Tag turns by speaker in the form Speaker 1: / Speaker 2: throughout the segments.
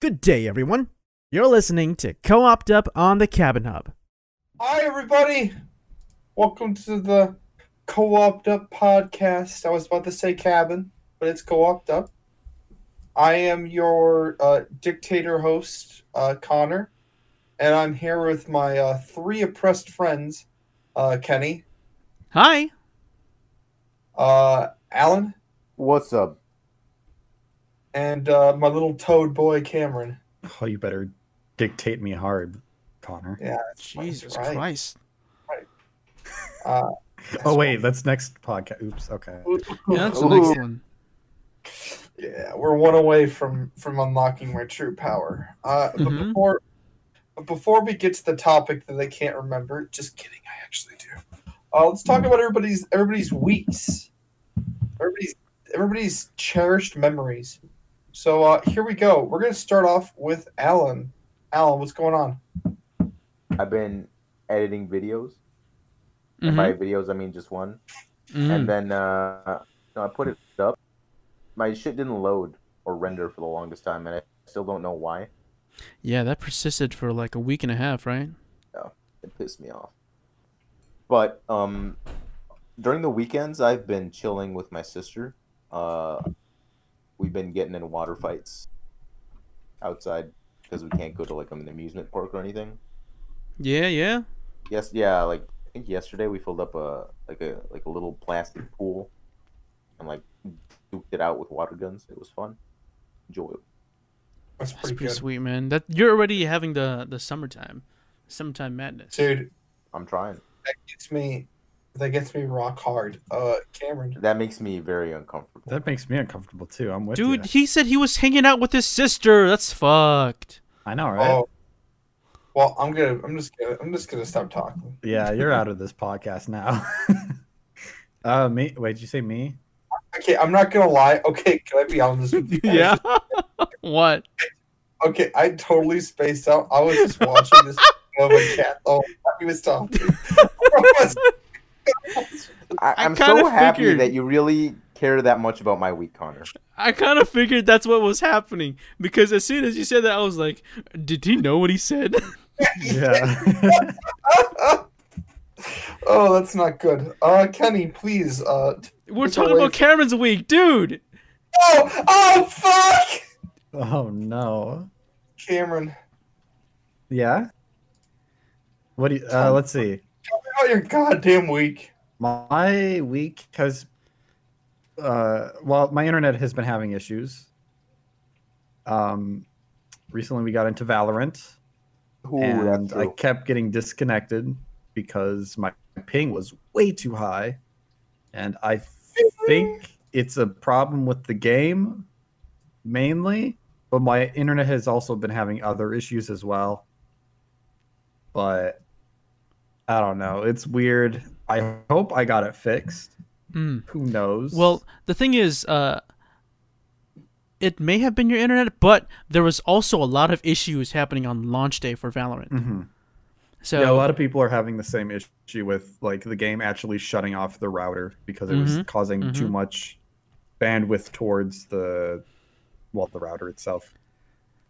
Speaker 1: Good day, everyone. You're listening to Co opt Up on the Cabin Hub.
Speaker 2: Hi, everybody. Welcome to the Co-opt Up podcast. I was about to say cabin, but it's Co-opt Up. I am your uh, dictator host, uh, Connor, and I'm here with my uh, three oppressed friends, uh, Kenny,
Speaker 1: Hi.
Speaker 2: uh, Alan,
Speaker 3: What's up?
Speaker 2: and uh, my little toad boy, Cameron.
Speaker 4: Oh, you better dictate me hard, Connor.
Speaker 1: Jesus
Speaker 2: right.
Speaker 1: Christ.
Speaker 4: oh wait, that's next podcast. Oops. Okay.
Speaker 1: Yeah, that's the
Speaker 3: Ooh.
Speaker 1: next one.
Speaker 2: Yeah, we're one away from from unlocking my true power. Uh, But
Speaker 1: Mhm.
Speaker 2: before, but before we get to the topic that I can't remember, just kidding, I actually do. Uh, let's talk about everybody's everybody's weeks, everybody's everybody's cherished memories. So uh, here we go. We're gonna start off with Alan. Alan, what's going on?
Speaker 3: I've been editing videos. And
Speaker 1: Mhm.
Speaker 3: by videos, I mean just one.
Speaker 1: Mhm.
Speaker 3: And then uh, no, I put it up. My shit didn't load or render for the longest time, and I still don't know why.
Speaker 1: Yeah, that persisted for like a week and a half, right?
Speaker 3: It pissed me off. But um, during the weekends, I've been chilling with my sister. Uh, we've been getting in water fights outside because we can't go to like an amusement park or anything.
Speaker 1: Yeah, yeah.
Speaker 3: Yes, yeah, like I think yesterday we filled up a like a like a little plastic pool and like duked it out with water guns. It was fun. Enjoyable.
Speaker 2: That's
Speaker 1: That's
Speaker 2: pretty,
Speaker 1: pretty
Speaker 2: good,
Speaker 1: sweet, man. That You're already having the, the summertime. Summertime madness.
Speaker 2: dude.
Speaker 3: I'm trying.
Speaker 2: That gets me. That gets me rock hard. Uh, Cameron.
Speaker 3: That makes me very uncomfortable.
Speaker 4: That makes me uncomfortable too. I'm with
Speaker 1: Dude,
Speaker 4: you.
Speaker 1: he said he was hanging out with his sister. That's fucked.
Speaker 4: I know, right?
Speaker 2: Oh. Well, I'm gonna. I'm just gonna. I'm just gonna stop talking.
Speaker 4: Yeah, you're out of this podcast now. uh, me. Wait, did you say me?
Speaker 2: Okay, I'm not gonna lie. Okay, can I be honest with you? guys?
Speaker 1: what?
Speaker 2: Okay, I totally spaced out. I was just watching this of a cat. Oh, he was talking.
Speaker 3: I,
Speaker 1: I
Speaker 3: I'm
Speaker 1: kinda
Speaker 3: so happy
Speaker 1: figured-
Speaker 3: that you really care that much about my week, Connor.
Speaker 1: I kind of figured that's what was happening because as soon as you said that, I was like, did he know what he said?
Speaker 4: Yeah.
Speaker 2: oh, that's not good. Uh, Kenny, please. Uh. t-
Speaker 1: We're
Speaker 2: It's
Speaker 1: talking
Speaker 2: always-
Speaker 1: about Cameron's week, dude.
Speaker 2: Oh, oh, fuck,
Speaker 4: oh no.
Speaker 2: Cameron.
Speaker 4: Yeah. What do you? Uh, let's see.
Speaker 2: Oh, you're goddamn weak.
Speaker 4: My week has, uh, well, my internet has been having issues. Um, recently we got into Valorant.
Speaker 3: Ooh,
Speaker 4: and
Speaker 3: that's
Speaker 4: I
Speaker 3: true.
Speaker 4: kept getting disconnected because my ping was way too high, and I think it's a problem with the game mainly, but my internet has also been having other issues as well. But I don't know. It's weird. I hope I got it fixed.
Speaker 1: Hmm.
Speaker 4: Who knows?
Speaker 1: Well, the thing is, uh, it may have been your internet, but there was also a lot of issues happening on launch day for Valorant.
Speaker 4: Mhm.
Speaker 1: So
Speaker 4: yeah, a lot of people are having the same issue with like the game actually shutting off the router because it was
Speaker 1: Mhm,
Speaker 4: causing too
Speaker 1: mhm.
Speaker 4: much bandwidth towards the well the router itself,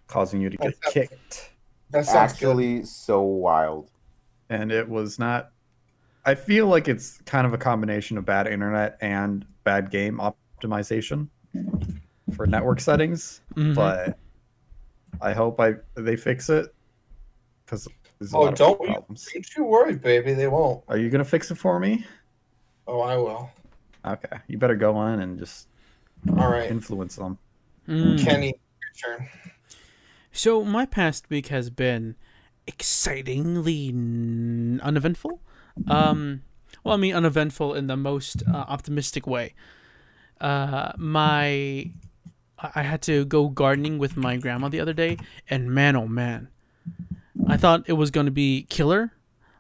Speaker 4: causing you to get
Speaker 2: That's-
Speaker 4: kicked.
Speaker 2: That sounds good.
Speaker 3: actually so wild.
Speaker 4: And it was not. I feel like it's kind of a combination of bad internet and bad game optimization for network settings,
Speaker 1: Mhm.
Speaker 4: but I hope I they fix it because there's a
Speaker 2: Oh,
Speaker 4: lot of
Speaker 2: don't you-
Speaker 4: problems.
Speaker 2: Don't you worry, baby. They won't.
Speaker 4: Are you gonna fix it for me?
Speaker 2: Oh, I will.
Speaker 4: Okay, you better go on and just
Speaker 2: All right,
Speaker 4: influence them.
Speaker 1: Mm.
Speaker 2: Kenny, your turn.
Speaker 1: So my past week has been excitingly n- uneventful. Um, well, I mean uneventful in the most uh, optimistic way. Uh, my I I had to go gardening with my grandma the other day, and man, oh man, I thought it was going to be killer,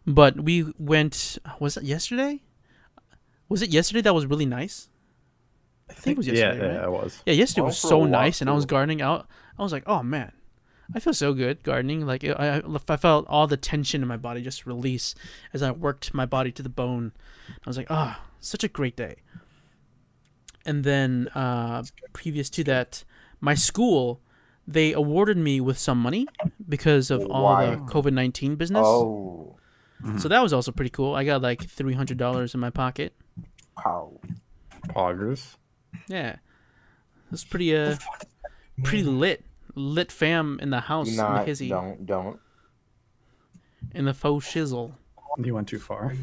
Speaker 1: but we went. Was it yesterday? Was it yesterday that was really nice? I think it was yesterday.
Speaker 4: yeah,
Speaker 1: right?
Speaker 4: yeah, it was.
Speaker 1: Yeah, yesterday
Speaker 3: Well,
Speaker 1: was
Speaker 3: for a
Speaker 1: so
Speaker 3: walk,
Speaker 1: nice, and I was
Speaker 3: too.
Speaker 1: gardening out. I was like, oh man, I feel so good gardening. Like I, I, I felt all the tension in my body just release as I worked my body to the bone. I was like, ah, such a great day. And then uh, previous to that, my school they awarded me with some money because of all the
Speaker 3: Wow.
Speaker 1: COVID nineteen business.
Speaker 3: Oh,
Speaker 1: So that was also pretty cool. I got like three hundred dollars in my pocket.
Speaker 3: wow.
Speaker 4: Poggers.
Speaker 1: Yeah, it's pretty uh pretty lit lit fam in the house
Speaker 3: Do
Speaker 1: in the
Speaker 3: not,
Speaker 1: hizzy
Speaker 3: don't, don't.
Speaker 1: in the faux shizzle.
Speaker 4: You went too far.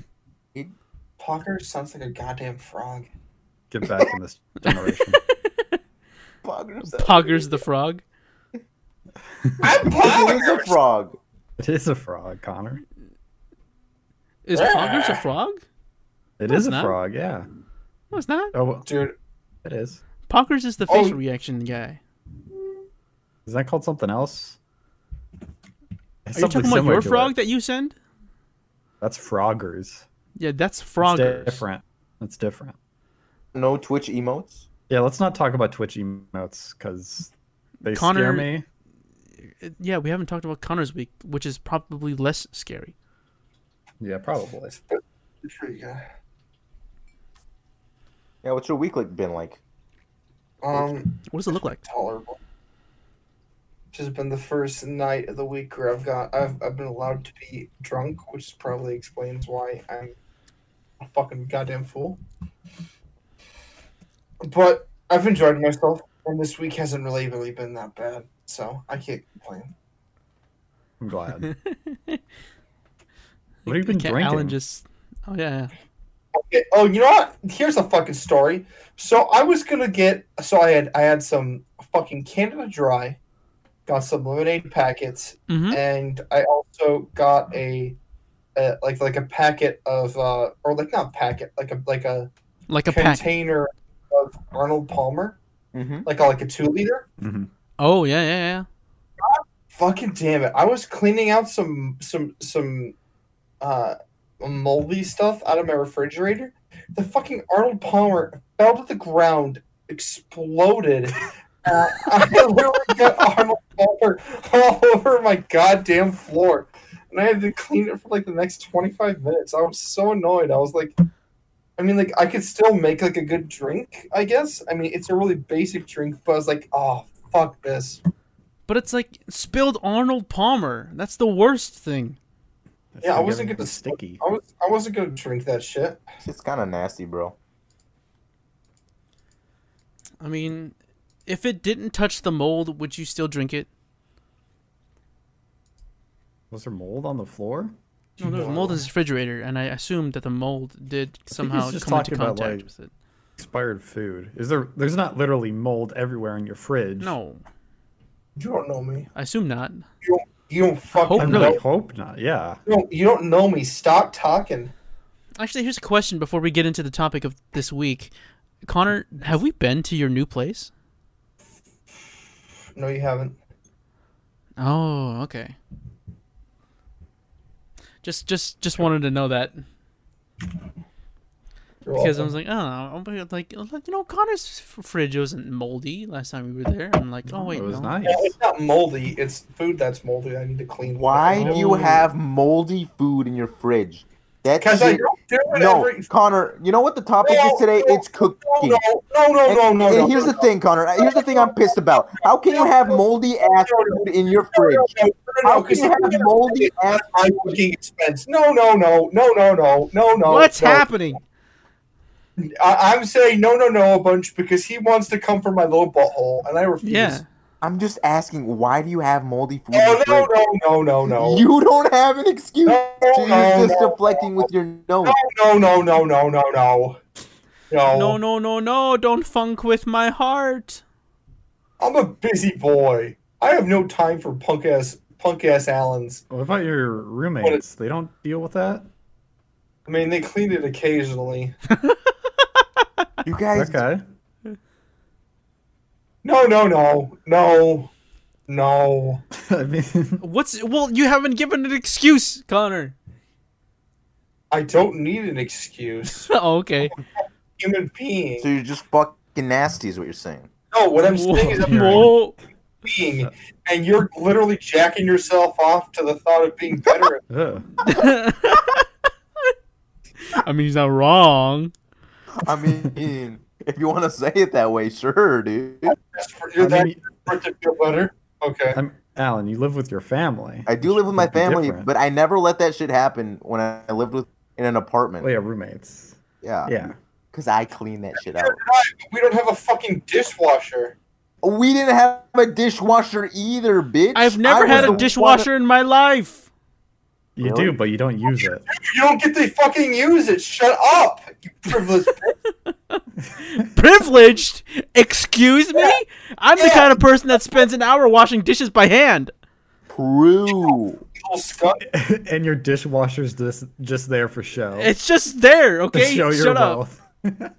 Speaker 2: Pocker sounds like a goddamn frog.
Speaker 4: Get back in this generation.
Speaker 3: Poggers.
Speaker 1: Poggers the frog.
Speaker 2: I'm
Speaker 3: Poggers a
Speaker 2: Poggers.
Speaker 3: frog.
Speaker 4: it is a frog, Connor.
Speaker 1: Is Poggers a frog?
Speaker 4: It
Speaker 1: No,
Speaker 4: is
Speaker 1: it's
Speaker 4: a
Speaker 1: not.
Speaker 4: frog. Yeah.
Speaker 1: No, it's not.
Speaker 4: Oh, well,
Speaker 2: Dude,
Speaker 4: it is.
Speaker 1: Poggers is the
Speaker 2: Oh.
Speaker 1: facial reaction guy.
Speaker 4: Is that called something else? It's
Speaker 1: Are you
Speaker 4: something
Speaker 1: talking about
Speaker 4: similar
Speaker 1: your
Speaker 4: to
Speaker 1: frog
Speaker 4: it.
Speaker 1: that you send?
Speaker 4: That's froggers.
Speaker 1: Yeah, that's
Speaker 4: That's
Speaker 1: froggers.
Speaker 4: different. That's different.
Speaker 3: No Twitch emotes.
Speaker 4: Yeah, let's not talk about Twitch emotes because they
Speaker 1: Connor-
Speaker 4: scare me.
Speaker 1: Uh, Yeah, we haven't talked about Connor's week, which is probably less scary.
Speaker 4: Yeah, probably.
Speaker 3: Yeah, what's your week like been like?
Speaker 2: Um,
Speaker 1: What does it look like?
Speaker 2: tolerable. This has been the first night of the week where I've got I've I've been allowed to be drunk, which probably explains why I'm a fucking goddamn fool. But I've enjoyed myself, and this week hasn't really really been that bad, so I can't complain.
Speaker 4: I'm glad. What have you been
Speaker 1: Can't
Speaker 4: drinking?
Speaker 1: Alan just. Oh yeah.
Speaker 2: Okay, Oh, you know what? Here's a fucking story. So I was gonna get. So I had I had some fucking Canada Dry, got some lemonade packets,
Speaker 1: Mm-hmm.
Speaker 2: and I also got a, a like like a packet of uh or like not packet like a like a,
Speaker 1: Like a pack.
Speaker 2: container of Arnold Palmer
Speaker 3: Mm-hmm.
Speaker 2: like a, like a two liter.
Speaker 4: Mhm.
Speaker 1: Oh yeah, yeah, yeah.
Speaker 2: Fucking damn it! I was cleaning out some some some uh moldy stuff out of my refrigerator. The fucking Arnold Palmer fell to the ground, exploded. Uh, I literally got Arnold Palmer all over my goddamn floor, and I had to clean it for like the next twenty five minutes. I was so annoyed. I was like, I mean, like I could still make like a good drink, I guess. I mean, it's a really basic drink, but I was like, oh fuck this.
Speaker 1: But it's like spilled Arnold Palmer. That's the worst thing.
Speaker 4: That
Speaker 2: Yeah, I
Speaker 4: should've
Speaker 2: wasn't
Speaker 4: given
Speaker 2: gonna
Speaker 4: me
Speaker 2: s-
Speaker 4: sticky.
Speaker 2: I was I wasn't gonna drink that shit.
Speaker 3: It's kind of nasty, bro.
Speaker 1: I mean, if it didn't touch the mold, would you still drink it?
Speaker 4: Was there mold on the floor?
Speaker 1: No, there's
Speaker 2: No.
Speaker 4: uh,
Speaker 1: mold in his refrigerator, and I assumed that the mold did somehow
Speaker 4: just
Speaker 1: come into
Speaker 4: talking about,
Speaker 1: contact
Speaker 4: like-
Speaker 1: with it.
Speaker 4: Expired food. Is there? There's not literally mold everywhere in your fridge.
Speaker 1: No,
Speaker 2: You don't know me.
Speaker 1: I assume not.
Speaker 2: You don't fucking
Speaker 1: Hope
Speaker 4: I'm
Speaker 1: no.
Speaker 2: know.
Speaker 4: really hope not. Yeah.
Speaker 2: You don't, you don't know me. Stop talking.
Speaker 1: Actually, here's a question before we get into the topic of this week. Connor, have we been to your new place?
Speaker 2: No, you haven't.
Speaker 1: Oh, okay. Just, just, just wanted to know that
Speaker 2: You're
Speaker 1: because I
Speaker 2: welcome.
Speaker 1: was like, oh, I'm like, like, you know, Connor's fr- fridge wasn't moldy last time we were there. I'm like, oh wait,
Speaker 4: it was
Speaker 1: no.
Speaker 4: nice.
Speaker 2: Yeah, it's not moldy. It's food that's moldy. I need to clean.
Speaker 3: Why do you
Speaker 1: Oh.
Speaker 3: have moldy food in your fridge? That's
Speaker 2: Because I don't do it
Speaker 3: no,
Speaker 2: every.
Speaker 3: Connor. You know what the topic
Speaker 2: No,
Speaker 3: is today?
Speaker 2: no,
Speaker 3: It's cooking.
Speaker 2: No, no, no, no,
Speaker 3: And-
Speaker 2: no, no,
Speaker 3: and
Speaker 2: no.
Speaker 3: here's
Speaker 2: no,
Speaker 3: the thing, Connor. Here's the thing I'm pissed about. How can you have moldy ass food in your
Speaker 2: No, no,
Speaker 3: fridge?
Speaker 2: no, no, no,
Speaker 3: How
Speaker 2: no,
Speaker 3: can
Speaker 2: 'cause
Speaker 3: you have
Speaker 2: it's
Speaker 3: moldy ass?
Speaker 2: at my fucking expense. No, no, no, no, no, no, no, no.
Speaker 1: What's
Speaker 2: no.
Speaker 1: happening?
Speaker 2: I, I'm saying no, no, no a bunch because he wants to come for my little butthole, and I refuse.
Speaker 1: Yeah,
Speaker 3: I'm just asking. Why do you have moldy food? in
Speaker 2: Oh
Speaker 3: your
Speaker 2: no,
Speaker 3: fridge?
Speaker 2: no, no, no, no.
Speaker 3: You don't have an excuse.
Speaker 2: No,
Speaker 3: You're
Speaker 2: no,
Speaker 3: just
Speaker 2: no,
Speaker 3: deflecting with your nose.
Speaker 2: no, no, no, no, no, no. No.
Speaker 1: no, no, no, no! Don't funk with my heart.
Speaker 2: I'm a busy boy. I have no time for punk ass punk ass Allens.
Speaker 4: What about your roommates? They don't deal with that.
Speaker 2: I mean they clean it occasionally.
Speaker 3: You guys,
Speaker 4: Okay.
Speaker 2: No no no no no
Speaker 4: I mean,
Speaker 1: What's well? You haven't given an excuse, Connor.
Speaker 2: I don't need an excuse.
Speaker 1: oh, okay.
Speaker 2: Human being.
Speaker 3: so you're just fucking nasty, is what you're saying.
Speaker 2: No, what I'm
Speaker 1: Whoa.
Speaker 2: saying is I'm a
Speaker 1: Whoa.
Speaker 2: human being and you're literally jacking yourself off to the thought of being better
Speaker 4: ugh.
Speaker 1: I mean, he's not wrong.
Speaker 3: I mean, if you want to say it that way, sure, dude.
Speaker 2: at you're
Speaker 4: I
Speaker 2: that
Speaker 4: mean,
Speaker 2: desperate to feel better. Okay.
Speaker 4: I'm Alan. You live with your family.
Speaker 3: I do live with my
Speaker 4: Might be
Speaker 3: family,
Speaker 4: different.
Speaker 3: but I never let that shit happen when I I lived with in an apartment.
Speaker 4: Well, yeah, roommates.
Speaker 3: yeah,
Speaker 4: Yeah.
Speaker 3: because I clean that shit out.
Speaker 2: We don't have a fucking dishwasher.
Speaker 3: We didn't have a dishwasher either, bitch.
Speaker 1: I've never
Speaker 3: I
Speaker 1: had
Speaker 3: was
Speaker 1: a
Speaker 3: the
Speaker 1: dishwasher in my life.
Speaker 4: You
Speaker 3: Really?
Speaker 4: do, but you don't use it.
Speaker 2: You don't get to fucking use it. Shut up, you privileged.
Speaker 1: Privileged? Excuse me? I'm the
Speaker 2: Yeah.
Speaker 1: kind of person that spends an hour washing dishes by hand.
Speaker 3: one- True.
Speaker 2: little scut.
Speaker 4: and your dishwasher's just just there for show.
Speaker 1: It's just there,
Speaker 4: to
Speaker 1: okay?
Speaker 4: show your
Speaker 1: Shut up.
Speaker 4: wealth.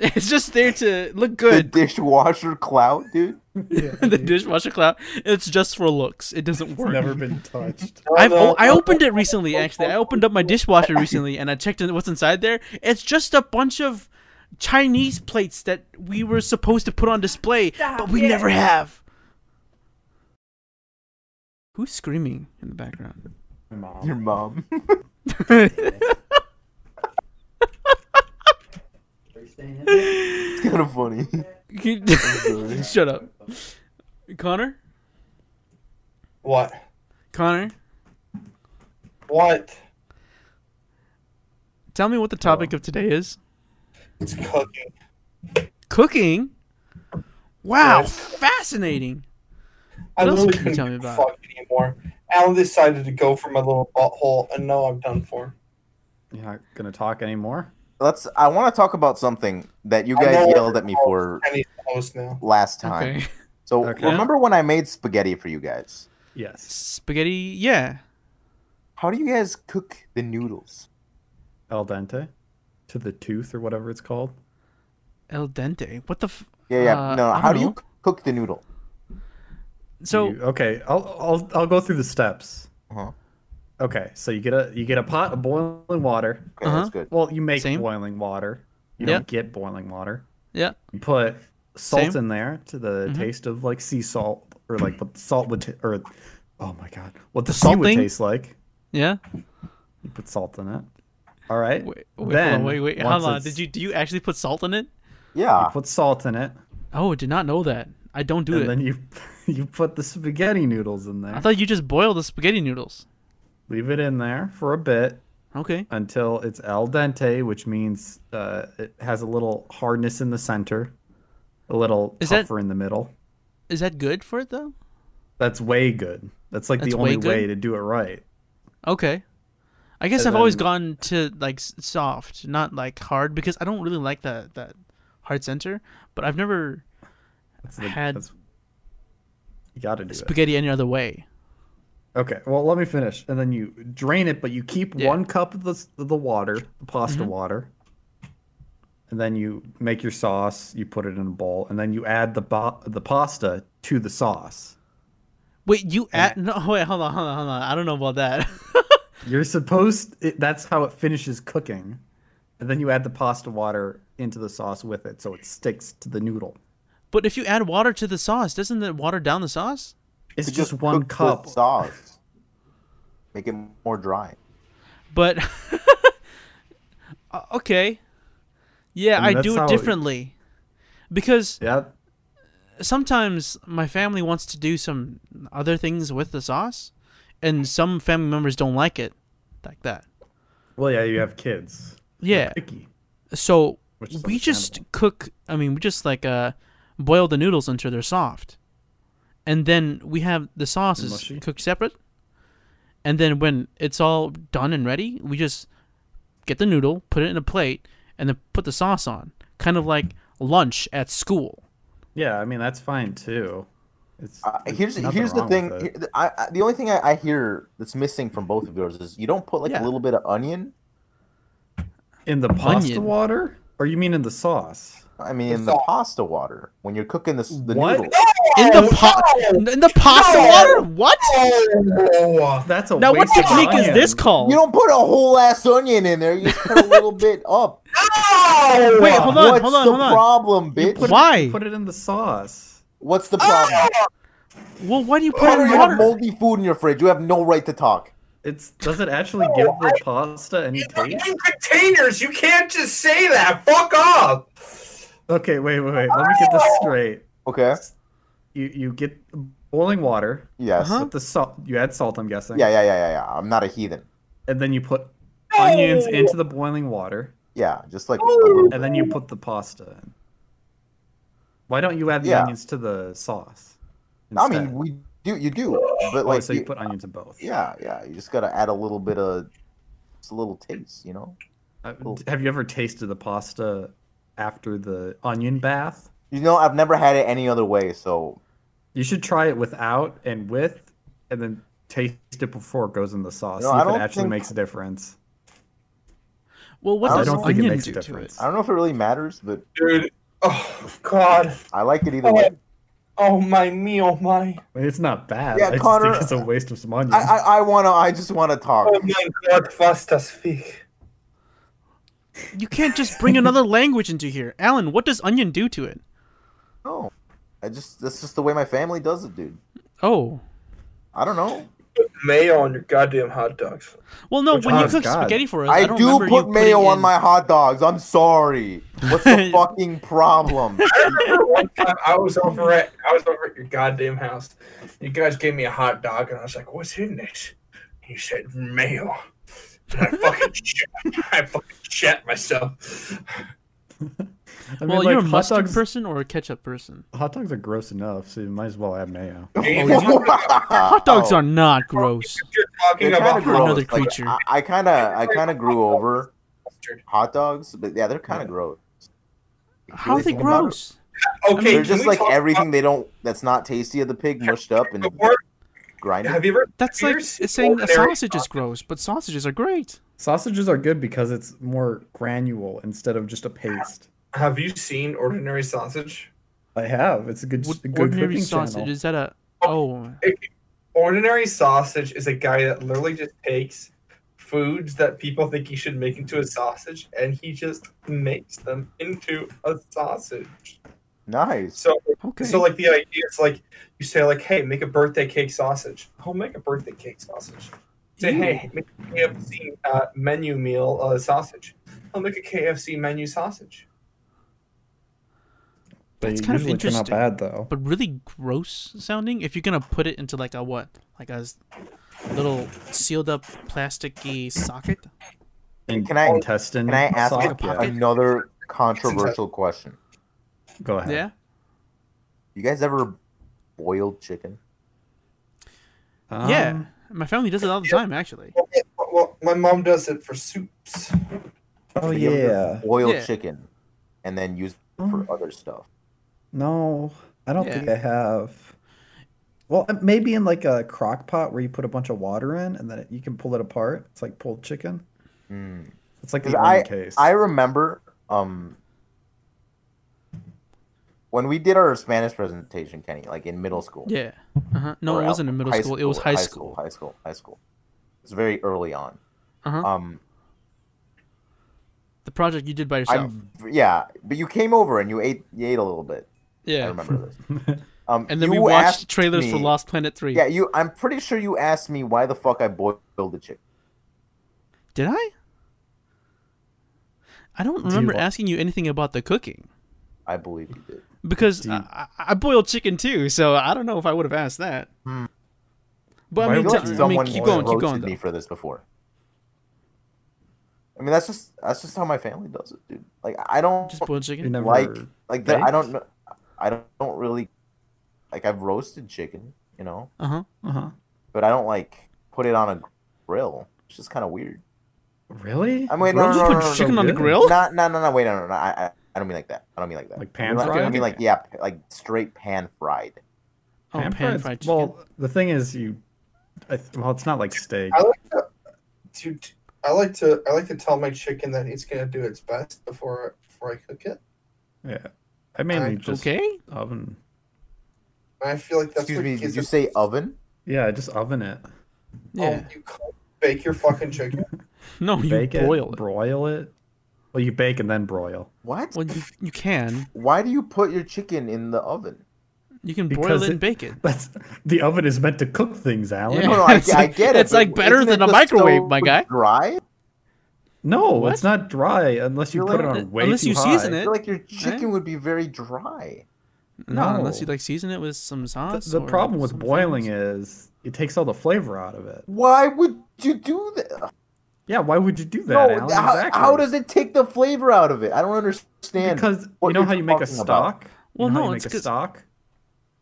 Speaker 1: It's just there to look
Speaker 3: The
Speaker 1: good.
Speaker 3: dishwasher clout, dude.
Speaker 4: Yeah,
Speaker 1: The
Speaker 4: dude,
Speaker 1: dishwasher cloud. It's just for looks. It doesn't
Speaker 4: it's
Speaker 1: work.
Speaker 4: never been touched.
Speaker 1: I've
Speaker 2: uh,
Speaker 1: o- I opened it recently. Actually, I opened up my dishwasher recently, and I checked in what's inside there. It's just a bunch of Chinese plates that we were supposed to put on display, but we never have. Who's screaming in the background?
Speaker 4: My
Speaker 3: Your
Speaker 4: mom.
Speaker 3: mom. It's kind of funny.
Speaker 1: Shut up, Connor.
Speaker 2: What?
Speaker 1: Connor,
Speaker 2: What?
Speaker 1: tell me what the topic of today is.
Speaker 2: It's cooking.
Speaker 1: Cooking. Wow,
Speaker 2: Yes.
Speaker 1: fascinating.
Speaker 2: I
Speaker 1: What else
Speaker 2: literally
Speaker 1: can you
Speaker 2: couldn't
Speaker 1: tell me
Speaker 2: give a
Speaker 1: about?
Speaker 2: fuck anymore. Alan decided to go for my little butthole, and now I'm done for.
Speaker 4: You're not gonna talk anymore.
Speaker 3: Let's. I want to talk about something that you
Speaker 2: I
Speaker 3: guys
Speaker 2: know what
Speaker 3: yelled at me for
Speaker 2: I need to close now.
Speaker 3: last time.
Speaker 1: Okay.
Speaker 3: So
Speaker 4: Okay.
Speaker 3: remember when I made spaghetti for you guys?
Speaker 4: Yes,
Speaker 1: Spaghetti. Yeah.
Speaker 3: How do you guys cook the noodles?
Speaker 4: al dente, to the tooth or whatever it's called.
Speaker 1: El dente. What the? F-
Speaker 3: Yeah, yeah.
Speaker 1: Uh,
Speaker 3: no,
Speaker 1: I
Speaker 3: how
Speaker 1: don't
Speaker 3: do you
Speaker 1: know.
Speaker 3: c- cook the noodle?
Speaker 1: so
Speaker 4: You- okay, I'll I'll I'll go through the steps.
Speaker 3: Uh-huh.
Speaker 4: Okay, so you get a you get a pot of boiling water.
Speaker 3: Okay,
Speaker 1: Uh-huh.
Speaker 3: that's good.
Speaker 4: Well, you make
Speaker 1: Same.
Speaker 4: boiling water. You
Speaker 1: Yeah.
Speaker 4: don't get boiling water.
Speaker 1: yeah,
Speaker 4: You put salt
Speaker 1: Same.
Speaker 4: in there to the
Speaker 1: Mhm.
Speaker 4: taste of like sea salt or like what the salt would t- or oh my god, what the,
Speaker 1: The
Speaker 4: sea
Speaker 1: salt
Speaker 4: would
Speaker 1: thing?
Speaker 4: taste like.
Speaker 1: yeah.
Speaker 4: You put salt in it. All right.
Speaker 1: Wait, wait,
Speaker 4: Then,
Speaker 1: hold on, wait, wait.
Speaker 4: once
Speaker 1: Hold on.
Speaker 4: it's-
Speaker 1: Did you do you actually put salt in it?
Speaker 3: Yeah.
Speaker 4: Put salt in it,
Speaker 1: Oh, I did not know that. I don't do
Speaker 4: and
Speaker 1: it.
Speaker 4: then you you put the spaghetti noodles in there.
Speaker 1: I thought you just boiled the spaghetti noodles.
Speaker 4: Leave it in there for a bit
Speaker 1: Okay.
Speaker 4: until it's al dente, which means uh, it has a little hardness in the center, a little
Speaker 1: Is that-
Speaker 4: tougher in the middle.
Speaker 1: Is that good for it though?
Speaker 4: That's way good. That's like
Speaker 1: That's
Speaker 4: the
Speaker 1: way
Speaker 4: only
Speaker 1: good?
Speaker 4: way to do it right.
Speaker 1: Okay. I guess
Speaker 4: And
Speaker 1: I've always
Speaker 4: then-
Speaker 1: gone to like s- soft, not like hard, because I don't really like that that hard center. But I've never
Speaker 4: That's the,
Speaker 1: Had-
Speaker 4: that's, you got to do it.
Speaker 1: spaghetti any other way.
Speaker 4: Okay, well, let me finish, and then you drain it, but you keep
Speaker 1: Yeah. Mm-hmm.
Speaker 4: one cup of the s- the water, the pasta water, and then you make your sauce. You put it in a bowl, and then you add the bo- the pasta to the sauce.
Speaker 1: Wait, you add no? Wait, hold on, hold on, hold on. I don't know about that.
Speaker 4: You're supposed. It, that's how it finishes cooking, and then you add the pasta water into the sauce with it, so it sticks to the noodle.
Speaker 1: but if you add water to the sauce, doesn't it water down the sauce?
Speaker 4: It's
Speaker 3: You
Speaker 4: just,
Speaker 3: cook
Speaker 4: one
Speaker 3: with
Speaker 4: cup.
Speaker 3: sauce. Make it more dry.
Speaker 1: but Uh, okay yeah
Speaker 4: I
Speaker 1: i,
Speaker 4: mean, that's
Speaker 1: do it
Speaker 4: how it-
Speaker 1: differently because
Speaker 4: Yeah,
Speaker 1: sometimes my family wants to do some other things with the sauce and some family members don't like it like that
Speaker 4: Well, yeah, you have kids.
Speaker 1: yeah
Speaker 4: Picky.
Speaker 1: so
Speaker 4: Which is
Speaker 1: we just
Speaker 4: understandable.
Speaker 1: cook i mean we just like uh boil the noodles until they're soft and then we have the sauce is
Speaker 4: Mushy.
Speaker 1: cooked separate and then when it's all done and ready we just get the noodle put it in a plate and then put the sauce on kind of like lunch at school
Speaker 4: Yeah, I mean that's fine too. It's
Speaker 3: Uh,
Speaker 4: there's
Speaker 3: here's
Speaker 4: nothing
Speaker 3: here's the
Speaker 4: wrong
Speaker 3: thing.
Speaker 4: with it.
Speaker 3: here- the- I, I- the only thing I, I hear that's missing from both of yours is you don't put like
Speaker 1: Yeah.
Speaker 3: a little bit of onion.
Speaker 4: In the pasta
Speaker 1: Onion.
Speaker 4: water? Or you mean in the sauce?
Speaker 3: I mean,
Speaker 2: The
Speaker 3: in the
Speaker 2: sauce.
Speaker 3: pasta water when you're cooking the s- the
Speaker 4: What?
Speaker 3: noodles.
Speaker 1: in the pot in the pasta
Speaker 2: No!
Speaker 1: water what
Speaker 2: No.
Speaker 4: That's a
Speaker 1: now what
Speaker 4: waste of
Speaker 1: technique is
Speaker 4: onion.
Speaker 1: this called
Speaker 3: You don't put a whole ass onion in there. You just cut a little bit up.
Speaker 2: No.
Speaker 1: Wait, hold on,
Speaker 3: What's
Speaker 1: hold on,
Speaker 3: the
Speaker 1: hold on.
Speaker 3: problem,
Speaker 4: You
Speaker 3: bitch?
Speaker 4: put it-
Speaker 1: Why?
Speaker 4: you Put it in the sauce.
Speaker 3: What's the
Speaker 2: Ah! Oh!
Speaker 3: problem?
Speaker 1: well why do you put
Speaker 3: Connor,
Speaker 1: in
Speaker 3: you have
Speaker 1: water
Speaker 3: moldy food in your fridge. You have no right to talk.
Speaker 4: It's does it actually give the pasta any taste?
Speaker 2: Fucking containers. You can't just say that. Fuck up.
Speaker 4: Okay, wait, wait, wait. Let me get this straight.
Speaker 3: Okay.
Speaker 4: You you get boiling water.
Speaker 3: Yes.
Speaker 1: Uh-huh.
Speaker 4: Put the salt. You add salt, I'm guessing.
Speaker 3: Yeah, yeah, yeah, yeah, yeah. I'm not a heathen.
Speaker 4: And then you put onions into the boiling water,
Speaker 3: Yeah, just like
Speaker 2: Ooh.
Speaker 4: and then you put the pasta in. Why don't you add the
Speaker 3: Yeah.
Speaker 4: onions to the sauce?
Speaker 3: I
Speaker 4: instead?
Speaker 3: mean, we do. You do, but
Speaker 4: Oh,
Speaker 3: like,
Speaker 4: so you
Speaker 3: you-
Speaker 4: put onions in both.
Speaker 3: yeah, yeah. You just gotta add a little bit of, just a little taste, you know.
Speaker 4: Uh, d-
Speaker 3: cool.
Speaker 4: Have you ever tasted the pasta after the onion bath?
Speaker 3: You know, I've never had it any other way, so
Speaker 4: You should try it without and with, and then taste it before it goes in the sauce.
Speaker 3: No,
Speaker 4: see
Speaker 3: I
Speaker 4: if
Speaker 3: don't
Speaker 4: it actually
Speaker 3: think-
Speaker 4: makes a difference.
Speaker 1: Well, what
Speaker 3: I
Speaker 1: does
Speaker 3: don't
Speaker 4: think it
Speaker 1: onion
Speaker 4: makes a
Speaker 1: do to it?
Speaker 4: difference.
Speaker 3: I don't know if it really matters, but
Speaker 2: Dude. Oh, God.
Speaker 3: I like it either
Speaker 2: Oh,
Speaker 3: way.
Speaker 2: Oh, my me, oh, my.
Speaker 4: I mean, it's not bad.
Speaker 3: Yeah,
Speaker 4: I just
Speaker 3: Connor,
Speaker 4: think it's a waste of some onions.
Speaker 3: I, I, I wanna, I just wanna talk.
Speaker 2: Oh, my God, fasta speak.
Speaker 1: You can't just bring another language into here, Alan. What does onion do to it?
Speaker 3: No, I just that's just the way my family does it, dude.
Speaker 1: Oh,
Speaker 3: I don't know.
Speaker 2: Put mayo on your goddamn hot dogs.
Speaker 1: well, no.
Speaker 2: Which
Speaker 1: When you
Speaker 4: honest
Speaker 1: cook
Speaker 4: God.
Speaker 1: spaghetti for us, oh, I,
Speaker 3: I,
Speaker 1: don't
Speaker 3: do
Speaker 1: remember you
Speaker 3: put
Speaker 1: putting
Speaker 3: mayo on
Speaker 1: in-
Speaker 3: my hot dogs. I'm sorry. What's the fucking
Speaker 1: Oh,
Speaker 3: problem?
Speaker 2: I remember one time I was over at I was over at your goddamn house. You guys gave me a hot dog, and I was like, "What's in it?" You said mayo. And I fucking shit, I fucking shat myself.
Speaker 4: I mean,
Speaker 1: well,
Speaker 4: like,
Speaker 1: you're a
Speaker 4: hot
Speaker 1: mustard
Speaker 4: dogs,
Speaker 1: person or a ketchup person.
Speaker 4: Hot dogs are gross enough, so you might as well add mayo.
Speaker 1: Hot dogs are not gross.
Speaker 2: You're talking
Speaker 3: They're
Speaker 2: about
Speaker 3: kinda gross.
Speaker 1: Another
Speaker 3: Like,
Speaker 1: creature.
Speaker 3: I- I kind of, I kind of grew over
Speaker 2: mustard.
Speaker 3: hot dogs, but yeah, they're kind of gross.
Speaker 1: How are
Speaker 3: really
Speaker 1: they
Speaker 3: think about it.
Speaker 1: gross?
Speaker 2: Okay,
Speaker 3: they're
Speaker 2: can
Speaker 3: just
Speaker 2: we
Speaker 3: like
Speaker 2: talk
Speaker 3: everything they don't that's not tasty of the pig mushed up and
Speaker 2: about the word?
Speaker 3: grinded.
Speaker 2: Have you ever?
Speaker 1: That's
Speaker 2: have you
Speaker 1: like
Speaker 2: ever seen
Speaker 1: saying a
Speaker 2: ordinary
Speaker 1: sausage is gross, but sausages are great.
Speaker 4: Sausages are good because it's more granule instead of just a paste.
Speaker 2: Have you seen ordinary sausage?
Speaker 4: I have. It's a good,
Speaker 1: Would
Speaker 4: a good
Speaker 1: ordinary
Speaker 4: cooking
Speaker 1: sausage
Speaker 4: channel.
Speaker 1: is that a oh
Speaker 2: Ordinary sausage is a guy that literally just takes foods that people think he should make into a sausage, and he just makes them into a sausage.
Speaker 3: Nice.
Speaker 2: So
Speaker 1: okay?
Speaker 2: So like the idea is like you say like, hey, make a birthday cake sausage. Oh, make a birthday cake sausage. Say hey, make a KFC uh, menu meal uh, sausage. I'll make a KFC menu sausage.
Speaker 4: They
Speaker 1: That's kind of
Speaker 4: usually turn out
Speaker 1: interesting.
Speaker 4: bad though.
Speaker 1: but really gross sounding. If you're gonna put it into like a what, like a s- little sealed up plasticky socket,
Speaker 3: Can I-
Speaker 4: intestine?
Speaker 3: Can I ask
Speaker 4: sock?
Speaker 3: a-
Speaker 1: pocket?
Speaker 3: another controversial question?
Speaker 4: Go ahead.
Speaker 1: yeah.
Speaker 3: You guys ever boiled chicken?
Speaker 4: Um,
Speaker 1: Yeah, my family does it all the time. Actually,
Speaker 2: Well, my mom does it for soups.
Speaker 4: Oh
Speaker 3: Have you ever
Speaker 4: yeah.
Speaker 3: Boiled
Speaker 1: Yeah.
Speaker 3: chicken and then use it
Speaker 4: Um,
Speaker 3: for other stuff.
Speaker 4: No, I don't
Speaker 1: Yeah.
Speaker 4: think I have. Well, uh, maybe in like a crock pot where you put a bunch of water in and then it, you can pull it apart. It's like pulled chicken.
Speaker 3: Hmm.
Speaker 4: It's like the
Speaker 3: 'Cause
Speaker 4: only case.
Speaker 3: I remember um when we did our Spanish presentation, Kenny, like in middle school.
Speaker 1: yeah. Uh-huh. No,
Speaker 3: or
Speaker 1: it
Speaker 3: out-
Speaker 1: wasn't in middle school. It was high school.
Speaker 3: High school. High school. It's very early on.
Speaker 1: Uh-huh.
Speaker 3: Um,
Speaker 1: The project you did by yourself.
Speaker 3: I'm, yeah, but you came over and you ate you ate a little bit. I
Speaker 1: yeah.
Speaker 3: remember this. Um,
Speaker 1: And then we
Speaker 3: you
Speaker 1: watched
Speaker 3: asked
Speaker 1: trailers for
Speaker 3: me-
Speaker 1: Lost Planet Three.
Speaker 3: Yeah, you. I'm pretty sure you asked me why the fuck I boiled the chicken.
Speaker 1: Did I? I don't remember
Speaker 4: wa-
Speaker 1: asking you anything about the cooking
Speaker 3: I believe you did.
Speaker 1: because
Speaker 4: Do you-
Speaker 1: I, I I boiled chicken too, so I don't know if I would have asked that.
Speaker 3: Hmm.
Speaker 1: But
Speaker 4: Why
Speaker 1: I mean,
Speaker 4: would
Speaker 1: t-
Speaker 4: you-
Speaker 1: I mean,
Speaker 3: someone
Speaker 1: keep going, keep
Speaker 3: roasted
Speaker 1: going.
Speaker 3: me
Speaker 1: Though.
Speaker 3: for this before. I mean, that's just that's just how my family does it, dude. Like I don't
Speaker 1: Just boiled
Speaker 4: You
Speaker 1: chicken.
Speaker 4: never
Speaker 3: like like the, I
Speaker 4: baked?
Speaker 3: don't know. I don't, don't really like I've roasted chicken, you know,
Speaker 1: Uh huh.
Speaker 4: Uh-huh.
Speaker 3: but I don't like put it on a grill. It's just kind of weird.
Speaker 4: Really?
Speaker 3: I mean, no,
Speaker 1: You
Speaker 3: no,
Speaker 1: just
Speaker 3: no,
Speaker 1: put
Speaker 3: no, no,
Speaker 1: chicken
Speaker 4: no,
Speaker 1: on the
Speaker 4: good.
Speaker 1: grill?
Speaker 3: Not, no, no, no. Wait, no, no, no. I, I, I don't mean like that. I don't mean like that.
Speaker 4: Like
Speaker 3: I
Speaker 4: pan
Speaker 3: mean, like- I
Speaker 4: fried?
Speaker 3: mean, like yeah, like straight pan fried.
Speaker 1: Oh, pan,
Speaker 4: fried-
Speaker 1: fried chicken.
Speaker 4: Well, the thing is, you. I, th- well, it's not like steak.
Speaker 2: I like to, dude. I like to. I like to tell my chicken that it's gonna do its best before before I cook it.
Speaker 4: Yeah. I mainly
Speaker 2: I-
Speaker 4: just
Speaker 1: Uh, okay.
Speaker 4: oven.
Speaker 2: And I feel like that's
Speaker 3: Excuse
Speaker 2: what
Speaker 3: me. Did
Speaker 2: kids
Speaker 3: you
Speaker 2: are-
Speaker 3: say oven?
Speaker 4: Yeah, I just oven it.
Speaker 1: Yeah.
Speaker 2: Oh, you can't bake your fucking chicken.
Speaker 1: no, you
Speaker 4: Bake
Speaker 1: boil
Speaker 4: it,
Speaker 1: it.
Speaker 4: broil it. Well, you bake and then broil.
Speaker 3: What?
Speaker 1: Well, you, you can.
Speaker 3: Why do you put your chicken in the oven?
Speaker 1: You can
Speaker 4: Because
Speaker 1: boil it
Speaker 4: it-
Speaker 1: and bake it.
Speaker 4: That's the oven is meant to cook things, Alan.
Speaker 1: Yeah.
Speaker 3: No, no, I,
Speaker 1: It's
Speaker 3: I
Speaker 1: like-
Speaker 3: get it.
Speaker 1: it's like
Speaker 3: but
Speaker 1: better
Speaker 3: isn't
Speaker 1: than
Speaker 3: it
Speaker 1: a
Speaker 3: just
Speaker 1: microwave,
Speaker 3: so
Speaker 1: my guy.
Speaker 3: Dry?
Speaker 4: No,
Speaker 1: What?
Speaker 4: it's not dry unless you
Speaker 3: You're
Speaker 4: put it
Speaker 3: like-
Speaker 4: on way
Speaker 1: unless
Speaker 4: too
Speaker 1: you
Speaker 4: high.
Speaker 1: season
Speaker 3: I
Speaker 1: it.
Speaker 3: feel like your chicken would be very dry.
Speaker 1: No, unless
Speaker 4: No.
Speaker 1: you like season it with some
Speaker 4: The,
Speaker 1: sauce.
Speaker 4: the problem with boiling is it takes all the flavor out of it.
Speaker 3: Why would you do that?
Speaker 4: Yeah, why would you do that?
Speaker 3: No,
Speaker 4: Alan?
Speaker 3: how,
Speaker 4: exactly.
Speaker 3: how does it take the flavor out of it? I don't understand.
Speaker 4: because
Speaker 3: what
Speaker 4: you know
Speaker 3: you're
Speaker 4: how you make a
Speaker 3: talking about.
Speaker 4: stock?
Speaker 1: Well,
Speaker 4: you know
Speaker 1: no,
Speaker 4: how you
Speaker 1: it's
Speaker 4: make a
Speaker 1: 'cause-
Speaker 4: stock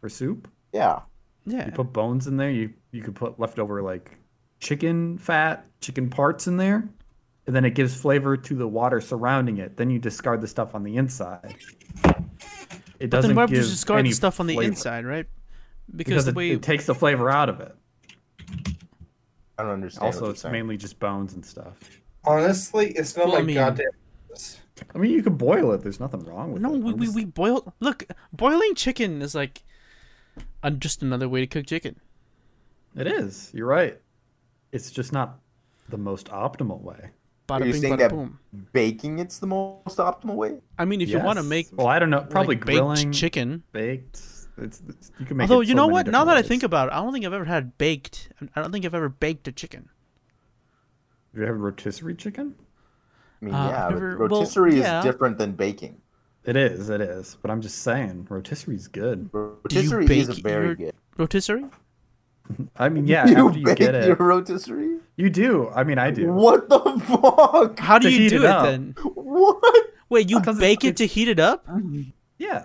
Speaker 4: for soup.
Speaker 3: yeah,
Speaker 1: Yeah.
Speaker 4: You put bones in there. You you could put leftover like chicken fat, chicken parts in there, and then it gives flavor to the water surrounding it. Then you discard the stuff on the inside.
Speaker 1: But
Speaker 4: It doesn't
Speaker 1: then why would
Speaker 4: give
Speaker 1: you discard
Speaker 4: any
Speaker 1: the stuff on the
Speaker 4: flavor,
Speaker 1: inside, right? Because,
Speaker 4: because
Speaker 1: the
Speaker 4: it,
Speaker 1: way
Speaker 4: it takes the flavor out of it.
Speaker 3: I don't understand. what
Speaker 4: Also,
Speaker 3: you're
Speaker 4: it's
Speaker 3: saying.
Speaker 4: mainly just bones and stuff.
Speaker 2: Honestly, it's not
Speaker 1: Well, I
Speaker 2: like
Speaker 1: mean-
Speaker 2: goddamn. business.
Speaker 4: I mean, you could boil it. There's nothing wrong with
Speaker 1: no,
Speaker 4: it.
Speaker 1: we,
Speaker 4: I'm
Speaker 1: we
Speaker 4: just-
Speaker 1: we boil. Look, boiling chicken is like, uh, just another way to cook chicken.
Speaker 4: It is. You're right. It's just not the most optimal way.
Speaker 1: Bada
Speaker 3: Are you
Speaker 1: bing,
Speaker 3: saying
Speaker 1: bada
Speaker 3: that-
Speaker 1: boom.
Speaker 3: baking it's the most optimal way.
Speaker 1: I mean, if you want to
Speaker 4: Yes.
Speaker 1: make
Speaker 4: well, I don't know, probably
Speaker 1: like,
Speaker 4: grilling,
Speaker 1: baked chicken.
Speaker 4: baked. It's, it's- you can make.
Speaker 1: Although
Speaker 4: it
Speaker 1: you
Speaker 4: so
Speaker 1: know
Speaker 4: many
Speaker 1: what, now
Speaker 4: different
Speaker 1: that I
Speaker 4: ways.
Speaker 1: think about it, I don't think I've ever had baked. I don't think I've ever baked a chicken.
Speaker 4: you have rotisserie chicken.
Speaker 3: I mean,
Speaker 1: Uh,
Speaker 3: yeah, but
Speaker 1: never- well,
Speaker 3: rotisserie
Speaker 1: yeah.
Speaker 3: is different than baking.
Speaker 4: It is. It is. But I'm just saying, rotisserie's good.
Speaker 3: Rotisserie
Speaker 1: bake
Speaker 3: is very
Speaker 1: your-
Speaker 3: good.
Speaker 1: Rotisserie?
Speaker 4: I mean, yeah.
Speaker 3: you
Speaker 4: after you
Speaker 3: bake
Speaker 4: get it,
Speaker 3: your rotisserie?
Speaker 4: you do. I mean, I do.
Speaker 3: What the fuck?
Speaker 1: How do
Speaker 4: To
Speaker 1: you
Speaker 4: heat
Speaker 1: do
Speaker 4: it
Speaker 1: it,
Speaker 4: up.
Speaker 1: then?
Speaker 3: What?
Speaker 1: Wait, you
Speaker 4: 'Cause it's-
Speaker 1: bake it to heat it up?
Speaker 4: Yeah.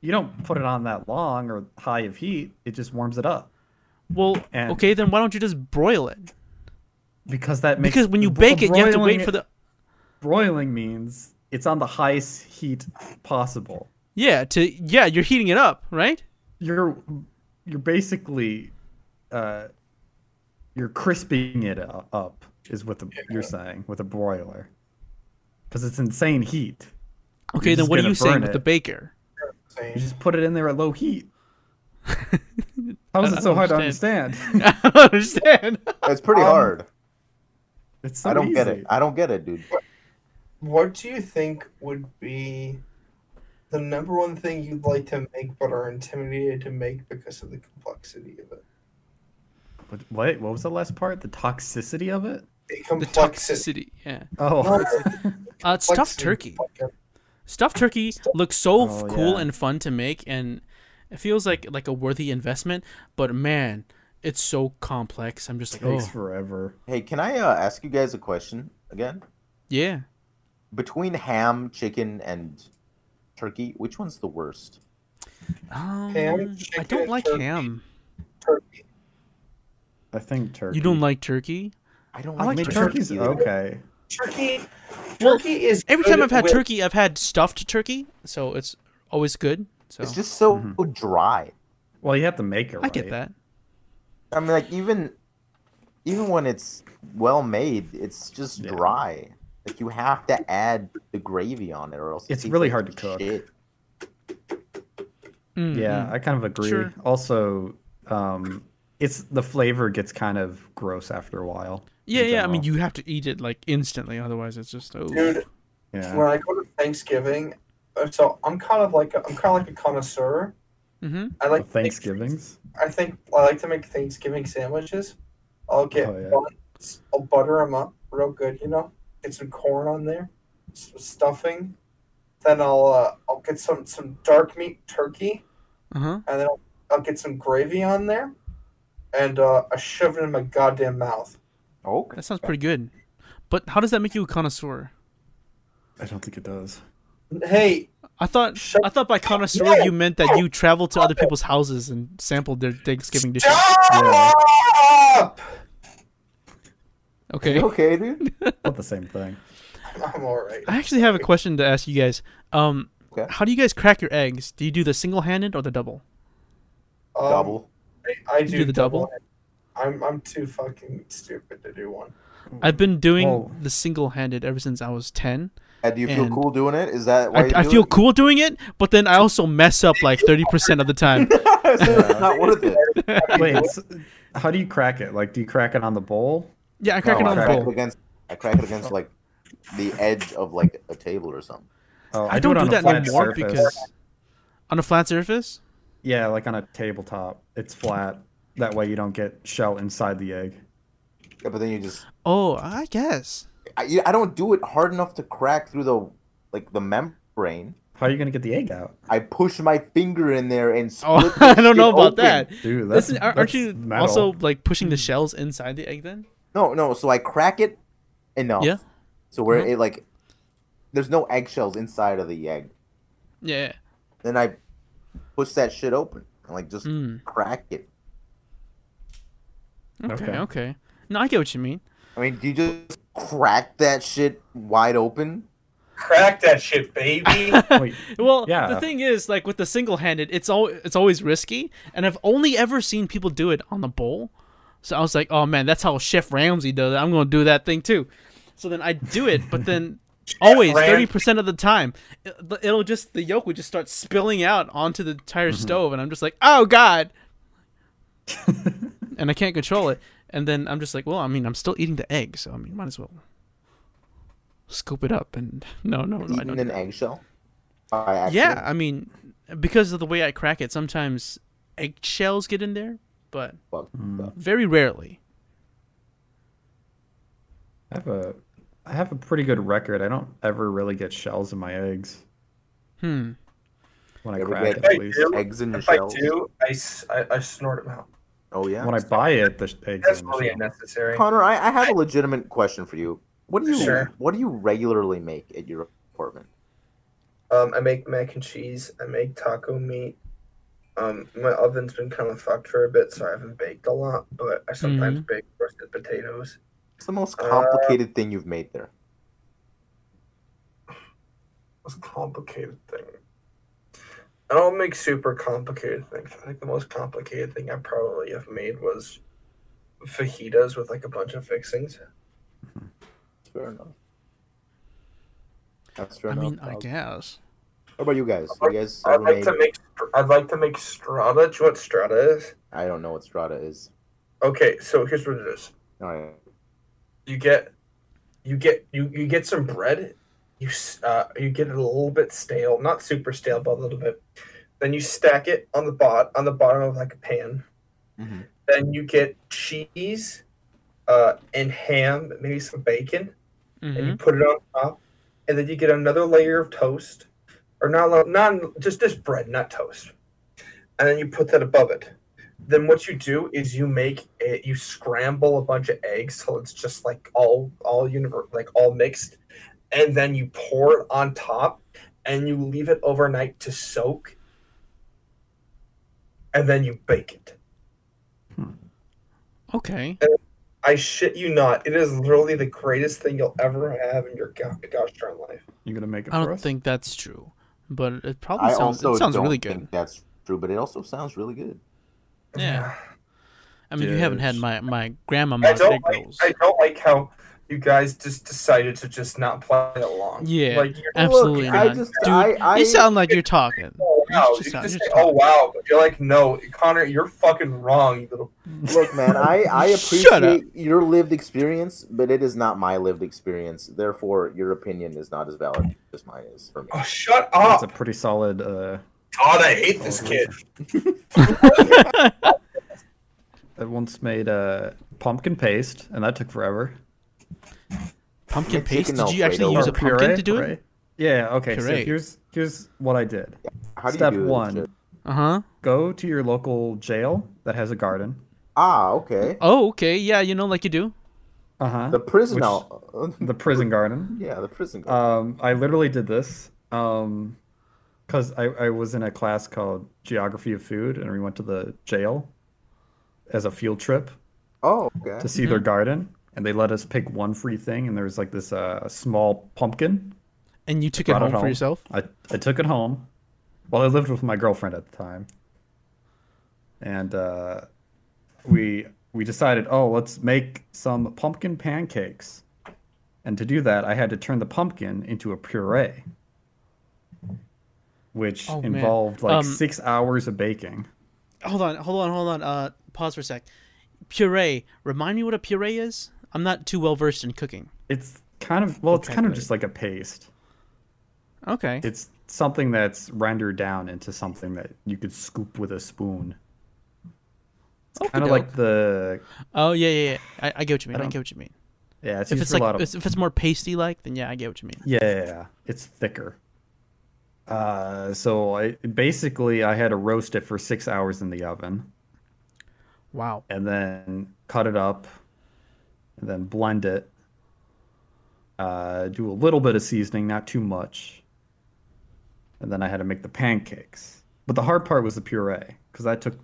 Speaker 4: You don't put it on that long or high of heat. It just warms it up
Speaker 1: Well,
Speaker 4: And-
Speaker 1: okay, then why don't you just broil it?
Speaker 4: because that makes
Speaker 1: Because when you
Speaker 4: bro-
Speaker 1: bake it, you have to wait
Speaker 4: broiling-
Speaker 1: for the
Speaker 4: broiling means it's on the highest heat possible.
Speaker 1: yeah to yeah you're heating it up, right?
Speaker 4: you're you're basically uh you're crisping it u- up is what the, you're saying with a broiler because it's insane heat
Speaker 1: Okay, then
Speaker 4: just
Speaker 1: what are
Speaker 4: gonna
Speaker 1: you saying
Speaker 4: burn
Speaker 1: with the
Speaker 4: it.
Speaker 1: baker?
Speaker 4: you just put it in there at low heat how is
Speaker 1: I
Speaker 4: it so
Speaker 1: don't
Speaker 4: hard to
Speaker 1: understand.
Speaker 4: understand
Speaker 1: I don't understand.
Speaker 3: It's pretty
Speaker 2: Um,
Speaker 3: hard.
Speaker 4: it's so
Speaker 3: I don't get
Speaker 4: easy.
Speaker 3: it. I don't get it, dude.
Speaker 2: What do you think would be the number one thing you'd like to make but are intimidated to make because of the complexity of it?
Speaker 4: What- wait what was the last part the toxicity of it
Speaker 2: The
Speaker 1: The toxicity.
Speaker 2: complexity.
Speaker 1: Yeah.
Speaker 4: oh
Speaker 1: Uh, stuffed
Speaker 2: complexity.
Speaker 1: turkey. Stuffed turkey looks so f-
Speaker 4: Oh,
Speaker 1: cool
Speaker 4: yeah.
Speaker 1: and fun to make, and it feels like like a worthy investment. But man, it's so complex. I'm just like,
Speaker 4: takes
Speaker 1: oh
Speaker 4: forever
Speaker 3: Hey, can I uh, ask you guys a question again?
Speaker 1: yeah.
Speaker 3: Between ham, chicken, and turkey, which one's the worst?
Speaker 1: Um, I don't
Speaker 2: chicken,
Speaker 1: like
Speaker 2: turkey.
Speaker 1: ham.
Speaker 2: Turkey.
Speaker 4: i think turkey
Speaker 1: You don't like turkey?
Speaker 3: I don't
Speaker 4: i
Speaker 3: like,
Speaker 4: like
Speaker 3: turkey.
Speaker 4: turkeys
Speaker 3: either.
Speaker 4: okay
Speaker 2: Turkey.
Speaker 1: Well,
Speaker 2: Turkey is
Speaker 1: Every time
Speaker 2: good
Speaker 1: I've had
Speaker 2: with-
Speaker 1: turkey, I've had stuffed turkey, so it's always good. So
Speaker 3: It's just so
Speaker 4: Mm-hmm.
Speaker 3: dry.
Speaker 4: well you have to make it
Speaker 1: I get
Speaker 4: right.
Speaker 1: that.
Speaker 3: I mean, like even even when it's well made, it's just
Speaker 4: Yeah.
Speaker 3: dry. Like you have to add the gravy on it, or else it
Speaker 4: It's
Speaker 3: tastes
Speaker 4: really
Speaker 3: like
Speaker 4: hard to cook.
Speaker 3: shit.
Speaker 1: Mm,
Speaker 4: Yeah,
Speaker 1: mm.
Speaker 4: I kind of agree.
Speaker 1: Sure.
Speaker 4: Also, um, it's the flavor gets kind of gross after a while.
Speaker 1: yeah, yeah. I mean,
Speaker 4: general.
Speaker 1: you have to eat it like instantly, otherwise it's just oh.
Speaker 2: Dude, when
Speaker 4: Yeah.
Speaker 2: I go to Thanksgiving, uh, so I'm kind of like a, I'm kind of like a connoisseur.
Speaker 1: Mm-hmm.
Speaker 2: I like to make-
Speaker 4: Thanksgivings.
Speaker 2: I think I like to make Thanksgiving sandwiches. I'll get
Speaker 4: Oh, yeah.
Speaker 2: one. I'll butter them up real good, you know. Get some corn on there, some stuffing. Then I'll uh, I'll get some some dark meat turkey,
Speaker 1: Uh huh.
Speaker 2: and then I'll, I'll get some gravy on there, and uh, I shove it in my goddamn mouth.
Speaker 3: Okay.
Speaker 1: That sounds pretty good. But how does that make you a connoisseur?
Speaker 4: I don't think it does.
Speaker 2: Hey,
Speaker 1: I thought
Speaker 2: Shut-
Speaker 1: I thought by connoisseur
Speaker 2: No!
Speaker 1: you meant that you traveled to other people's houses and sampled their Thanksgiving dishes.
Speaker 2: stop!
Speaker 1: Okay.
Speaker 3: Okay, dude.
Speaker 4: Not the same thing.
Speaker 2: I'm all right. Um,
Speaker 1: I actually have a question to ask you guys. Um,
Speaker 3: Okay.
Speaker 1: how do you guys crack your eggs? Do you do the single-handed or the double?
Speaker 2: Um,
Speaker 3: Double.
Speaker 2: I, I do,
Speaker 1: do the double?
Speaker 2: double. I'm I'm too fucking stupid to do one.
Speaker 1: I've been doing
Speaker 3: Oh.
Speaker 4: Whoa.
Speaker 1: the single-handed ever since I was ten.
Speaker 3: Uh, do you feel
Speaker 1: and-
Speaker 3: cool doing it? Is that why
Speaker 1: I,
Speaker 3: you
Speaker 1: I
Speaker 3: do
Speaker 1: feel
Speaker 3: it?
Speaker 1: cool doing it, but then I also mess up like thirty percent of the time.
Speaker 3: So it's not worth it.
Speaker 4: Wait, so how do you crack it? Like, do you crack it on the bowl?
Speaker 1: Yeah, I crack
Speaker 3: No,
Speaker 1: it on
Speaker 3: I
Speaker 1: the
Speaker 3: crack
Speaker 1: bowl.
Speaker 3: it against. I crack it against like the edge of like a table or something.
Speaker 4: Oh,
Speaker 1: I don't do
Speaker 4: it on a
Speaker 1: that
Speaker 4: flat
Speaker 1: anymore
Speaker 4: surface.
Speaker 1: because on a flat surface.
Speaker 4: yeah, like on a tabletop, it's flat. That way, you don't get shell inside the egg.
Speaker 3: Yeah, but then you just.
Speaker 1: Oh, I guess.
Speaker 3: I, you- I don't do it hard enough to crack through the like the membrane.
Speaker 4: How are you gonna get the egg out?
Speaker 3: I push my finger in there and
Speaker 1: Oh,
Speaker 3: split.
Speaker 1: I don't know about that.
Speaker 4: Dude, that's,
Speaker 1: Listen, aren't
Speaker 4: that's
Speaker 1: you
Speaker 4: metal.
Speaker 1: also like pushing the shells inside the egg then?
Speaker 3: No, no. So I crack it enough.
Speaker 1: Yeah.
Speaker 3: So where
Speaker 1: Mhm.
Speaker 3: it like, there's no eggshells inside of the egg.
Speaker 1: Yeah.
Speaker 3: Then I push that shit open and like just
Speaker 1: Mm.
Speaker 3: crack it.
Speaker 1: Okay, okay.
Speaker 4: Okay.
Speaker 1: No, I get what you mean.
Speaker 3: I mean, do you just crack that shit wide open?
Speaker 2: Crack that shit, baby.
Speaker 4: Wait,
Speaker 1: Well, the
Speaker 4: Yeah.
Speaker 1: thing is, like with the single-handed, it's all it's always risky, and I've only ever seen people do it on the bowl. So I was like, oh man, that's how Chef Ramsay does it. I'm gonna do that thing too. So then I do it, but then always
Speaker 2: Ramsay.
Speaker 1: thirty percent of the time, it, the- it'll just the yolk would just start spilling out onto the entire stove, and I'm just like, oh god, and I can't control it. And then I'm just like, well, I mean, I'm still eating the egg, so I mean, might as well scoop it up. And no, no, no, I don't.
Speaker 3: Eating
Speaker 1: do
Speaker 3: an
Speaker 1: that.
Speaker 3: eggshell? By accident?
Speaker 1: Yeah, I mean, because of the way I crack it, sometimes eggshells get in there, but
Speaker 3: Fuck.
Speaker 4: Mm.
Speaker 1: very rarely.
Speaker 4: I have a I have a pretty good record. I don't ever really get shells in my eggs
Speaker 1: Hmm.
Speaker 4: when I
Speaker 3: Ever
Speaker 4: crack
Speaker 3: get-
Speaker 4: it at least.
Speaker 2: Hey,
Speaker 3: Eggs in your
Speaker 2: if I
Speaker 3: shells.
Speaker 2: do, I, s- I- I snort them out.
Speaker 3: Oh yeah.
Speaker 4: When I buy it, the sh- eggs. are
Speaker 2: That's
Speaker 4: in the
Speaker 2: really
Speaker 4: shell.
Speaker 2: unnecessary.
Speaker 3: Connor, I, I have a legitimate question for you. What do you
Speaker 2: Sure.
Speaker 3: what do you regularly make at your apartment?
Speaker 2: Um, I make mac and cheese. I make taco meat. Um, my oven's been kind of fucked for a bit, so I haven't baked a lot. But I sometimes
Speaker 1: Mm-hmm.
Speaker 2: bake roasted potatoes.
Speaker 3: It's the most
Speaker 2: Uh,
Speaker 3: complicated thing you've made there.
Speaker 2: Most complicated thing. I don't make super complicated things. I think the most complicated thing I probably have made was fajitas with like a bunch of fixings.
Speaker 3: Fair enough. That's fair
Speaker 1: I
Speaker 3: enough.
Speaker 1: mean, I
Speaker 3: How-
Speaker 1: guys.
Speaker 3: How about you guys?
Speaker 2: I'd
Speaker 3: You guys
Speaker 2: I'd
Speaker 3: ever
Speaker 2: like
Speaker 3: made-
Speaker 2: to make. str- I'd like to make strata. Do you know what strata is?
Speaker 3: I don't know what strata is.
Speaker 2: Okay, so here's what it is.
Speaker 3: All right.
Speaker 2: you get you get you, you get some bread you s- uh, you get it a little bit stale not super stale but a little bit then you stack it on the bot on the bottom of like a pan
Speaker 1: Mm-hmm.
Speaker 3: Mhm.
Speaker 2: then you get cheese uh, and ham maybe some bacon and
Speaker 1: hmm
Speaker 2: you put it on top and then you get another layer of toast or not lo- not just just bread not toast and then you put that above it then what you do is you make it you scramble a bunch of eggs till it's just like all all univer- like all mixed and then you pour it on top and you leave it overnight to soak and then you bake it
Speaker 1: Okay.
Speaker 2: i shit you not it is literally the greatest thing you'll ever have in your go- gosh darn life
Speaker 4: You gonna make it
Speaker 1: I
Speaker 4: for
Speaker 1: don't
Speaker 4: us?
Speaker 1: think that's true, but it probably
Speaker 3: I
Speaker 1: sounds
Speaker 3: also
Speaker 1: it sounds
Speaker 3: don't
Speaker 1: really
Speaker 3: think
Speaker 1: good.
Speaker 3: that's true, but it also sounds really good.
Speaker 1: Yeah. I mean, you haven't had
Speaker 4: Yes.
Speaker 1: my my grandma
Speaker 2: I
Speaker 1: make egg
Speaker 2: don't like.
Speaker 1: rolls.
Speaker 2: I don't like how you guys just decided to just not play along.
Speaker 1: Yeah.
Speaker 2: like you're
Speaker 1: Absolutely
Speaker 3: Look,
Speaker 1: not,
Speaker 3: I just,
Speaker 1: dude.
Speaker 3: I, I,
Speaker 1: you sound like you're talking.
Speaker 2: oh wow,
Speaker 1: just
Speaker 2: you
Speaker 1: not-
Speaker 2: just
Speaker 1: you're
Speaker 2: say,
Speaker 1: just
Speaker 2: oh wow, but you're like no, Connor, you're fucking wrong. You little
Speaker 3: Look, man, I, I
Speaker 1: Shut up.
Speaker 3: appreciate your lived experience, but it is not my lived experience. Therefore, your opinion is not as valid as mine is for me.
Speaker 2: oh shut
Speaker 4: That's a
Speaker 2: up,
Speaker 4: pretty solid. Uh,
Speaker 2: God, I hate this kid.
Speaker 4: I once made uh, pumpkin paste, and that took forever.
Speaker 1: Pumpkin
Speaker 3: Mexican
Speaker 1: paste? Did you actually
Speaker 3: Alfredo.
Speaker 1: use
Speaker 4: Or
Speaker 1: a pumpkin
Speaker 4: puree,
Speaker 1: to do
Speaker 4: puree.
Speaker 1: it?
Speaker 4: Yeah. Okay.
Speaker 1: Puree.
Speaker 4: So here's here's what I did.
Speaker 3: How do
Speaker 4: Step
Speaker 3: you do this
Speaker 4: one.
Speaker 3: shit?
Speaker 1: Uh huh.
Speaker 4: Go to your local jail that has a garden.
Speaker 3: Ah, okay.
Speaker 1: Oh, okay. Yeah, you know, like you do.
Speaker 4: Uh huh.
Speaker 3: The prison.
Speaker 4: Which-
Speaker 3: al-
Speaker 4: the prison garden.
Speaker 3: yeah, the prison.
Speaker 1: Uh,
Speaker 3: guard.
Speaker 4: Um, I literally did this um, because I, I was in a class called Geography of Food, and we went to the jail as a field trip
Speaker 3: oh, okay.
Speaker 4: to see their garden, and they let us pick one free thing, and there was like this uh, small pumpkin.
Speaker 1: And you took it
Speaker 4: Brought
Speaker 1: home for yourself.
Speaker 4: I, I took it home. Well, I lived with my girlfriend at the time, and uh, we we decided, oh, let's make some pumpkin pancakes. And to do that, I had to turn the pumpkin into a puree, which
Speaker 1: Oh, man.
Speaker 4: involved like
Speaker 1: Um,
Speaker 4: six hours of baking.
Speaker 1: hold on, hold on, hold on. Uh, pause for a sec. Puree. Remind me what a puree is. I'm not too well versed in cooking.
Speaker 4: It's kind of well, it's
Speaker 1: Okay,
Speaker 4: kind of
Speaker 1: great.
Speaker 4: just like a paste.
Speaker 1: Okay.
Speaker 4: It's something that's rendered down into something that you could scoop with a spoon. It's kind of like the
Speaker 1: Oh yeah, yeah, yeah. I, I get what you mean. I,
Speaker 4: don't-
Speaker 1: get what you mean.
Speaker 4: yeah. It's
Speaker 1: If
Speaker 4: used
Speaker 1: it's
Speaker 4: for a
Speaker 1: like
Speaker 4: lot of
Speaker 1: if it's more pasty like, then yeah, I get what you mean.
Speaker 4: Yeah, yeah, yeah. it's thicker. Uh, so I basically I had to roast it for six hours in the oven,
Speaker 1: Wow.
Speaker 4: and then cut it up, and then blend it. Uh, do a little bit of seasoning, not too much. And then I had to make the pancakes. But the hard part was the puree because that took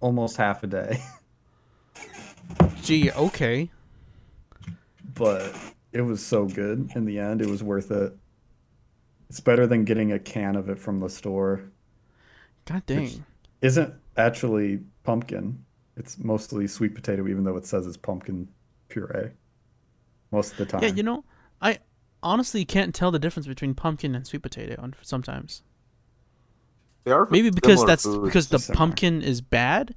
Speaker 4: almost half a day.
Speaker 1: Gee, okay.
Speaker 4: but it was so good in the end. It was worth it. It's better than getting a can of it from the store.
Speaker 1: God dang.
Speaker 4: Isn't actually pumpkin. It's mostly sweet potato, even though it says it's pumpkin puree. Most of the time.
Speaker 1: Yeah, you know, I honestly can't tell the difference between pumpkin and sweet potato on- sometimes.
Speaker 3: They are
Speaker 1: Maybe because
Speaker 3: similar
Speaker 1: that's
Speaker 3: foods.
Speaker 1: because the
Speaker 4: similar.
Speaker 1: pumpkin is bad,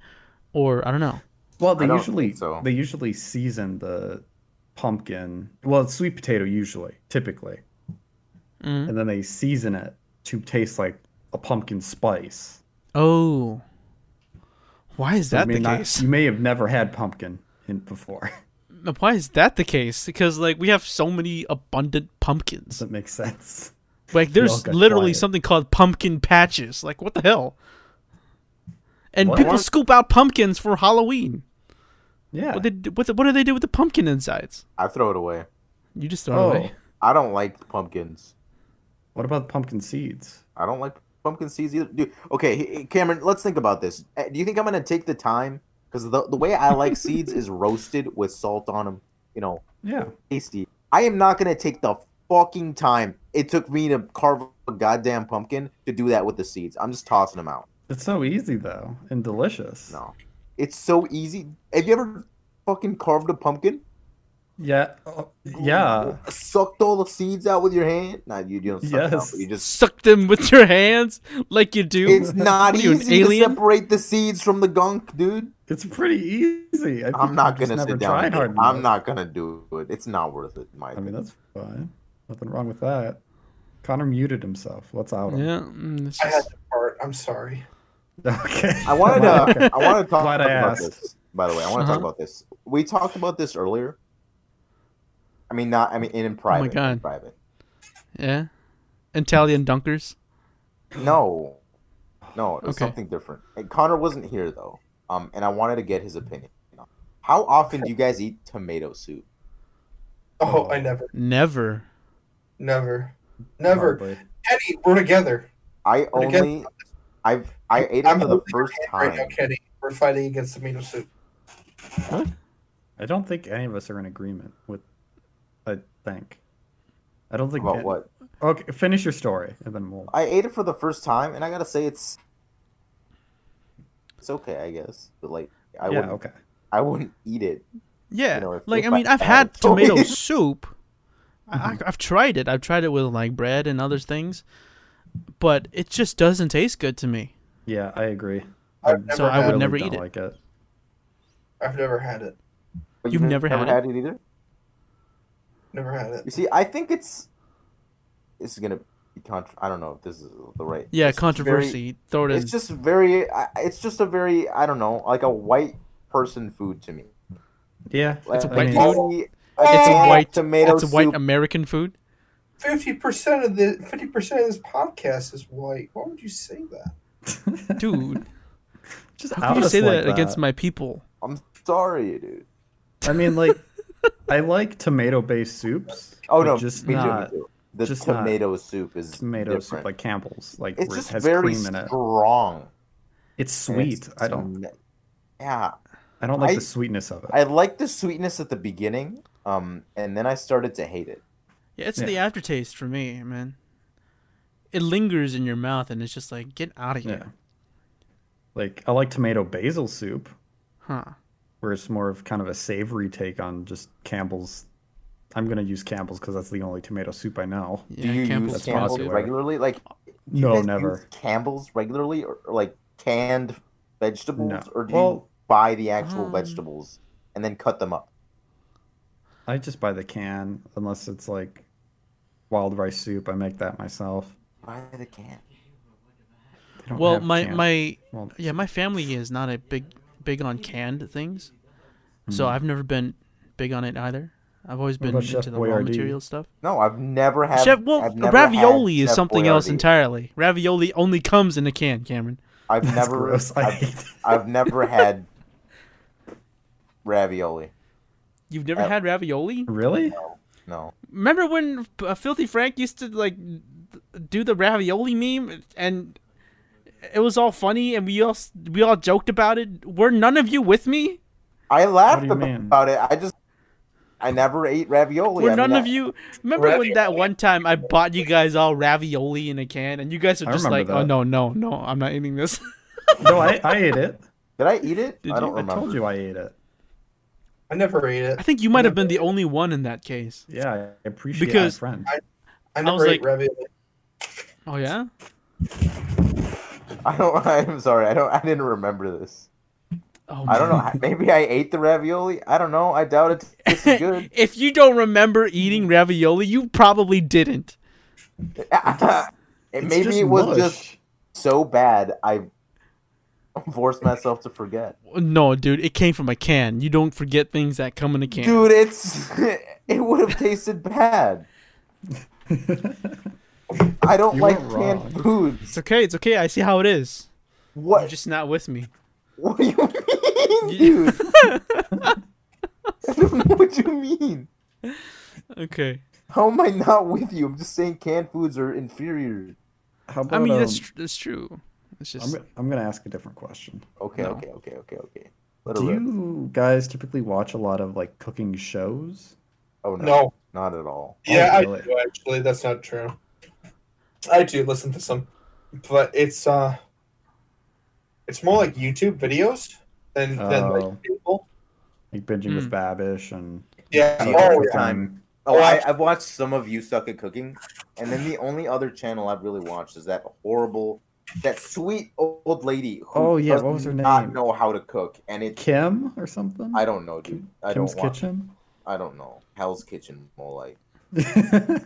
Speaker 1: or I don't know.
Speaker 4: well, they
Speaker 3: I don't
Speaker 4: usually
Speaker 3: think so.
Speaker 4: they usually season the pumpkin. Well, it's sweet potato usually, typically,
Speaker 1: Mm.
Speaker 4: and then they season it to taste like a pumpkin spice.
Speaker 1: Oh, why is
Speaker 4: So you
Speaker 1: that
Speaker 4: may
Speaker 1: the
Speaker 4: not-
Speaker 1: case?
Speaker 4: You may have never had pumpkin in before.
Speaker 1: Why is that the case? Because like we have so many abundant pumpkins.
Speaker 4: Doesn't make sense.
Speaker 1: Like there's
Speaker 4: got
Speaker 1: literally
Speaker 4: quiet.
Speaker 1: something called pumpkin patches. Like what the hell? And
Speaker 4: What?
Speaker 1: people scoop out pumpkins for Halloween.
Speaker 4: Yeah.
Speaker 1: What, they, what, what do they do with the pumpkin insides?
Speaker 3: I throw it away.
Speaker 1: You just throw it
Speaker 4: oh,
Speaker 1: away.
Speaker 3: I don't like pumpkins.
Speaker 4: what about pumpkin seeds?
Speaker 3: I don't like pumpkin seeds either. Dude, okay, h- h- Cameron, let's think about this. Uh, Do you think I'm gonna take the time? Because the the way I like seeds is roasted with salt on them. You know,
Speaker 4: Yeah.
Speaker 3: tasty. I am not gonna take the fucking time it took me to carve a goddamn pumpkin to do that with the seeds. I'm just tossing them out.
Speaker 4: It's so easy though and delicious.
Speaker 3: No, it's so easy. Have you ever fucking carved a pumpkin?
Speaker 4: Yeah. uh, yeah.
Speaker 3: Sucked all the seeds out with your hand? Nah, you don't. Suck it out,
Speaker 4: Yes.
Speaker 3: but you just
Speaker 1: Suck them with your hands like you do.
Speaker 3: It's
Speaker 1: What
Speaker 3: not
Speaker 1: are you, an
Speaker 3: easy
Speaker 1: alien?
Speaker 3: to separate the seeds from the gunk, dude.
Speaker 4: It's pretty easy. I think
Speaker 3: I'm not
Speaker 4: you've just
Speaker 3: gonna
Speaker 4: never
Speaker 3: sit down.
Speaker 4: tried
Speaker 3: and do it.
Speaker 4: hard
Speaker 3: I'm
Speaker 4: enough.
Speaker 3: not gonna do it. It's not worth it, Mike.
Speaker 4: I mean, that's fine. Nothing wrong with that. Connor muted himself. Let's out him.
Speaker 1: Yeah, mm, it's
Speaker 2: I had
Speaker 1: just-
Speaker 2: that part. I'm sorry.
Speaker 4: Okay.
Speaker 3: I wanted
Speaker 4: Wow,
Speaker 3: to.
Speaker 4: okay.
Speaker 3: I wanted to talk
Speaker 4: Glad I
Speaker 3: about
Speaker 4: asked.
Speaker 3: this. By the way, I want to
Speaker 1: Uh-huh.
Speaker 3: talk about this. We talked about this earlier. I mean, not. I mean,
Speaker 4: Oh
Speaker 3: in, in private. in
Speaker 1: God.
Speaker 3: private.
Speaker 1: yeah. Italian dunkers.
Speaker 3: No, no, it was
Speaker 1: Okay.
Speaker 3: something different. And Connor wasn't here though. Um, and I wanted to get his opinion. How often do you guys eat tomato soup?
Speaker 2: Oh, I never,
Speaker 1: Never.
Speaker 2: never, never.
Speaker 4: Probably.
Speaker 2: Kenny, we're together
Speaker 3: I
Speaker 2: But again-
Speaker 3: only. I've I ate it
Speaker 2: I'm
Speaker 3: for the
Speaker 2: holding
Speaker 3: first
Speaker 2: right now,
Speaker 3: time.
Speaker 2: Kenny. We're fighting against tomato soup.
Speaker 4: I don't think any of us are in agreement with. I think. I don't think.
Speaker 3: About what?
Speaker 4: Okay, finish your story and then we'll.
Speaker 3: I ate it for the first time, and I gotta say it's it's okay, I guess. But like, I
Speaker 4: yeah.
Speaker 3: wouldn't,
Speaker 4: Okay.
Speaker 3: I wouldn't eat it.
Speaker 1: Yeah,
Speaker 3: know, if-
Speaker 1: like
Speaker 3: if
Speaker 1: I mean,
Speaker 3: I
Speaker 1: I've had
Speaker 3: had Mm-hmm. a choice.
Speaker 1: tomato soup. I, I, I've tried it. I've tried it with like bread and other things, but it just doesn't taste good to me.
Speaker 4: Yeah, I agree.
Speaker 2: I've never
Speaker 1: So I
Speaker 2: had
Speaker 1: would never
Speaker 4: really don't
Speaker 1: eat it.
Speaker 4: like it.
Speaker 2: I've never had it.
Speaker 3: But
Speaker 1: You've never had
Speaker 3: it? either.
Speaker 2: Never had
Speaker 3: You
Speaker 2: it.
Speaker 3: see, I think it's this is gonna be contra- I don't know if this is the right.
Speaker 1: Yeah,
Speaker 3: it's just very-
Speaker 1: controversy. Throw it in.
Speaker 3: it's just very. I- It's just a very. I don't know, like a white person food to me.
Speaker 4: Yeah.
Speaker 1: It's a
Speaker 4: I
Speaker 1: white
Speaker 4: mean,
Speaker 1: food.
Speaker 2: It's a
Speaker 1: white-
Speaker 3: tomato
Speaker 1: That's white
Speaker 3: soup.
Speaker 1: American food.
Speaker 2: Fifty percent of the fifty percent of this podcast is white. Why would you say that?
Speaker 1: Dude,
Speaker 4: Just
Speaker 1: how could you
Speaker 4: out
Speaker 1: say
Speaker 4: us like uh,
Speaker 1: that, against my people?
Speaker 3: I'm sorry, dude.
Speaker 4: I mean, like, I like tomato-based soups.
Speaker 3: Oh
Speaker 4: but
Speaker 3: no,
Speaker 4: just
Speaker 3: me too, me
Speaker 4: not
Speaker 3: too. The
Speaker 4: just not
Speaker 3: tomato soup is
Speaker 4: tomato
Speaker 3: different.
Speaker 4: soup like Campbell's. Like,
Speaker 3: it's
Speaker 4: where it
Speaker 3: just
Speaker 4: has
Speaker 3: very
Speaker 4: cream in it.
Speaker 3: strong.
Speaker 4: It's
Speaker 3: and
Speaker 4: sweet.
Speaker 3: it's-
Speaker 4: I don't.
Speaker 3: Yeah,
Speaker 4: I don't like
Speaker 3: I-
Speaker 4: the sweetness of it.
Speaker 3: I liked the sweetness at the beginning, um, and then I started to hate it.
Speaker 1: Yeah, it's
Speaker 4: Yeah.
Speaker 1: the aftertaste for me, man. It lingers in your mouth, and it's just like, get out of
Speaker 4: yeah.
Speaker 1: here,
Speaker 4: Like, I like tomato basil soup,
Speaker 1: huh?
Speaker 4: where it's more of kind of a savory take on just Campbell's. I'm gonna use Campbell's because that's the only tomato soup I know.
Speaker 1: Yeah,
Speaker 3: Do you use
Speaker 1: Campbell's
Speaker 4: That's
Speaker 3: Campbell's
Speaker 4: popular.
Speaker 3: regularly? Like, do you
Speaker 4: No,
Speaker 3: guys
Speaker 4: never.
Speaker 3: use Campbell's regularly, or, or, like canned vegetables,
Speaker 4: No.
Speaker 3: or do you
Speaker 4: Well-
Speaker 3: buy the actual
Speaker 1: Um.
Speaker 3: vegetables and then cut them up?
Speaker 4: I just buy the can unless it's like wild rice soup. I make that myself.
Speaker 3: Buy the can.
Speaker 4: They don't
Speaker 1: Well,
Speaker 4: have
Speaker 1: my
Speaker 4: canned
Speaker 1: my
Speaker 4: walnuts.
Speaker 1: yeah, my family is not a big big on canned things, so I've never been big on it either. I've always been
Speaker 4: Hmm. about
Speaker 1: into
Speaker 4: Chef
Speaker 1: the raw
Speaker 4: Boyardee?
Speaker 1: material stuff.
Speaker 3: No, I've never had.
Speaker 1: Chef, well,
Speaker 3: I've never
Speaker 1: ravioli
Speaker 3: had
Speaker 1: is
Speaker 3: Chef
Speaker 1: something else
Speaker 3: Boyardee.
Speaker 1: entirely. Ravioli only comes in a can, Cameron.
Speaker 3: I've
Speaker 4: That's
Speaker 3: never.
Speaker 4: gross. I
Speaker 3: I've,
Speaker 4: hate that.
Speaker 3: I've never had ravioli.
Speaker 1: You've never
Speaker 3: Uh,
Speaker 1: had ravioli?
Speaker 4: Really?
Speaker 3: No.
Speaker 1: Remember when uh, Filthy Frank used to like do the ravioli meme and it was all funny and we all s- we all joked about it. Were none of you with me?
Speaker 3: I
Speaker 4: What
Speaker 3: laughed
Speaker 4: do you mean?
Speaker 3: about it. I just. I never ate ravioli.
Speaker 1: Were
Speaker 3: I mean,
Speaker 1: none
Speaker 3: I-
Speaker 1: of you remember when that one time I bought you guys all ravioli in a can and you guys are
Speaker 4: I
Speaker 1: just like,
Speaker 4: remember
Speaker 1: "Oh
Speaker 4: that.
Speaker 1: no, no, no, I'm not eating this."
Speaker 4: No, I, I ate it.
Speaker 3: Did I eat it?
Speaker 1: Did
Speaker 3: I don't
Speaker 1: you? I
Speaker 3: remember.
Speaker 4: I told you I ate it.
Speaker 2: I never ate it.
Speaker 1: I think you might have been the only one in that case.
Speaker 4: Yeah, I appreciate
Speaker 1: Because-
Speaker 4: my friend.
Speaker 2: I
Speaker 1: was
Speaker 2: never ate
Speaker 1: like-
Speaker 2: ravioli.
Speaker 1: Oh yeah?
Speaker 3: I don't. I'm sorry. I don't. I didn't remember this.
Speaker 1: Oh
Speaker 3: I don't
Speaker 1: man.
Speaker 3: know. Maybe I ate the ravioli. I don't know. I doubt it tasted good.
Speaker 1: if you don't remember eating ravioli, you probably didn't.
Speaker 3: it,
Speaker 4: It's
Speaker 3: maybe
Speaker 4: just
Speaker 3: it was just
Speaker 4: mush.
Speaker 3: so bad I forced myself to forget.
Speaker 1: No, dude, it came from a can. You don't forget things that come in a can.
Speaker 3: Dude, it's it would have tasted bad. I don't
Speaker 4: You
Speaker 3: like
Speaker 4: were wrong.
Speaker 3: canned
Speaker 1: It's
Speaker 3: foods.
Speaker 1: okay. It's okay. I see how it is.
Speaker 3: What?
Speaker 1: You're just not with me.
Speaker 3: What do you mean,
Speaker 1: You-
Speaker 3: dude? I don't know what you mean.
Speaker 1: Okay.
Speaker 3: How am I not with you? I'm just saying canned foods are inferior.
Speaker 4: How about,
Speaker 1: I mean,
Speaker 4: um,
Speaker 1: that's tr- that's true. It's
Speaker 4: I'm,
Speaker 1: just
Speaker 4: go- I'm gonna ask a different question.
Speaker 3: Okay,
Speaker 1: No.
Speaker 3: okay, okay, okay, okay. Let
Speaker 4: Do
Speaker 3: her rip.
Speaker 4: you guys typically watch a lot of like cooking shows?
Speaker 3: Oh no,
Speaker 2: No.
Speaker 3: not at all.
Speaker 2: Yeah, I
Speaker 4: really?
Speaker 2: do actually. That's not true. I do listen to some, but it's uh, it's more like YouTube videos than than
Speaker 4: Oh.
Speaker 2: like people.
Speaker 4: Like binging
Speaker 1: Hmm.
Speaker 4: with Babish and
Speaker 2: Yeah.
Speaker 3: Yeah.
Speaker 2: Oh yeah.
Speaker 3: Time.
Speaker 2: Oh,
Speaker 3: Oh, I,
Speaker 2: I've-
Speaker 3: I've watched some of you suck at cooking, and then the only other channel I've really watched is that horrible, that sweet old lady. Who
Speaker 4: Oh, yeah,
Speaker 3: does
Speaker 4: what was her
Speaker 3: Not
Speaker 4: name?
Speaker 3: know how to cook, and it.
Speaker 4: Kim or something.
Speaker 3: I don't know, dude. I
Speaker 4: Kim's
Speaker 3: don't watch.
Speaker 4: Kitchen.
Speaker 3: I don't know. Hell's Kitchen, more like.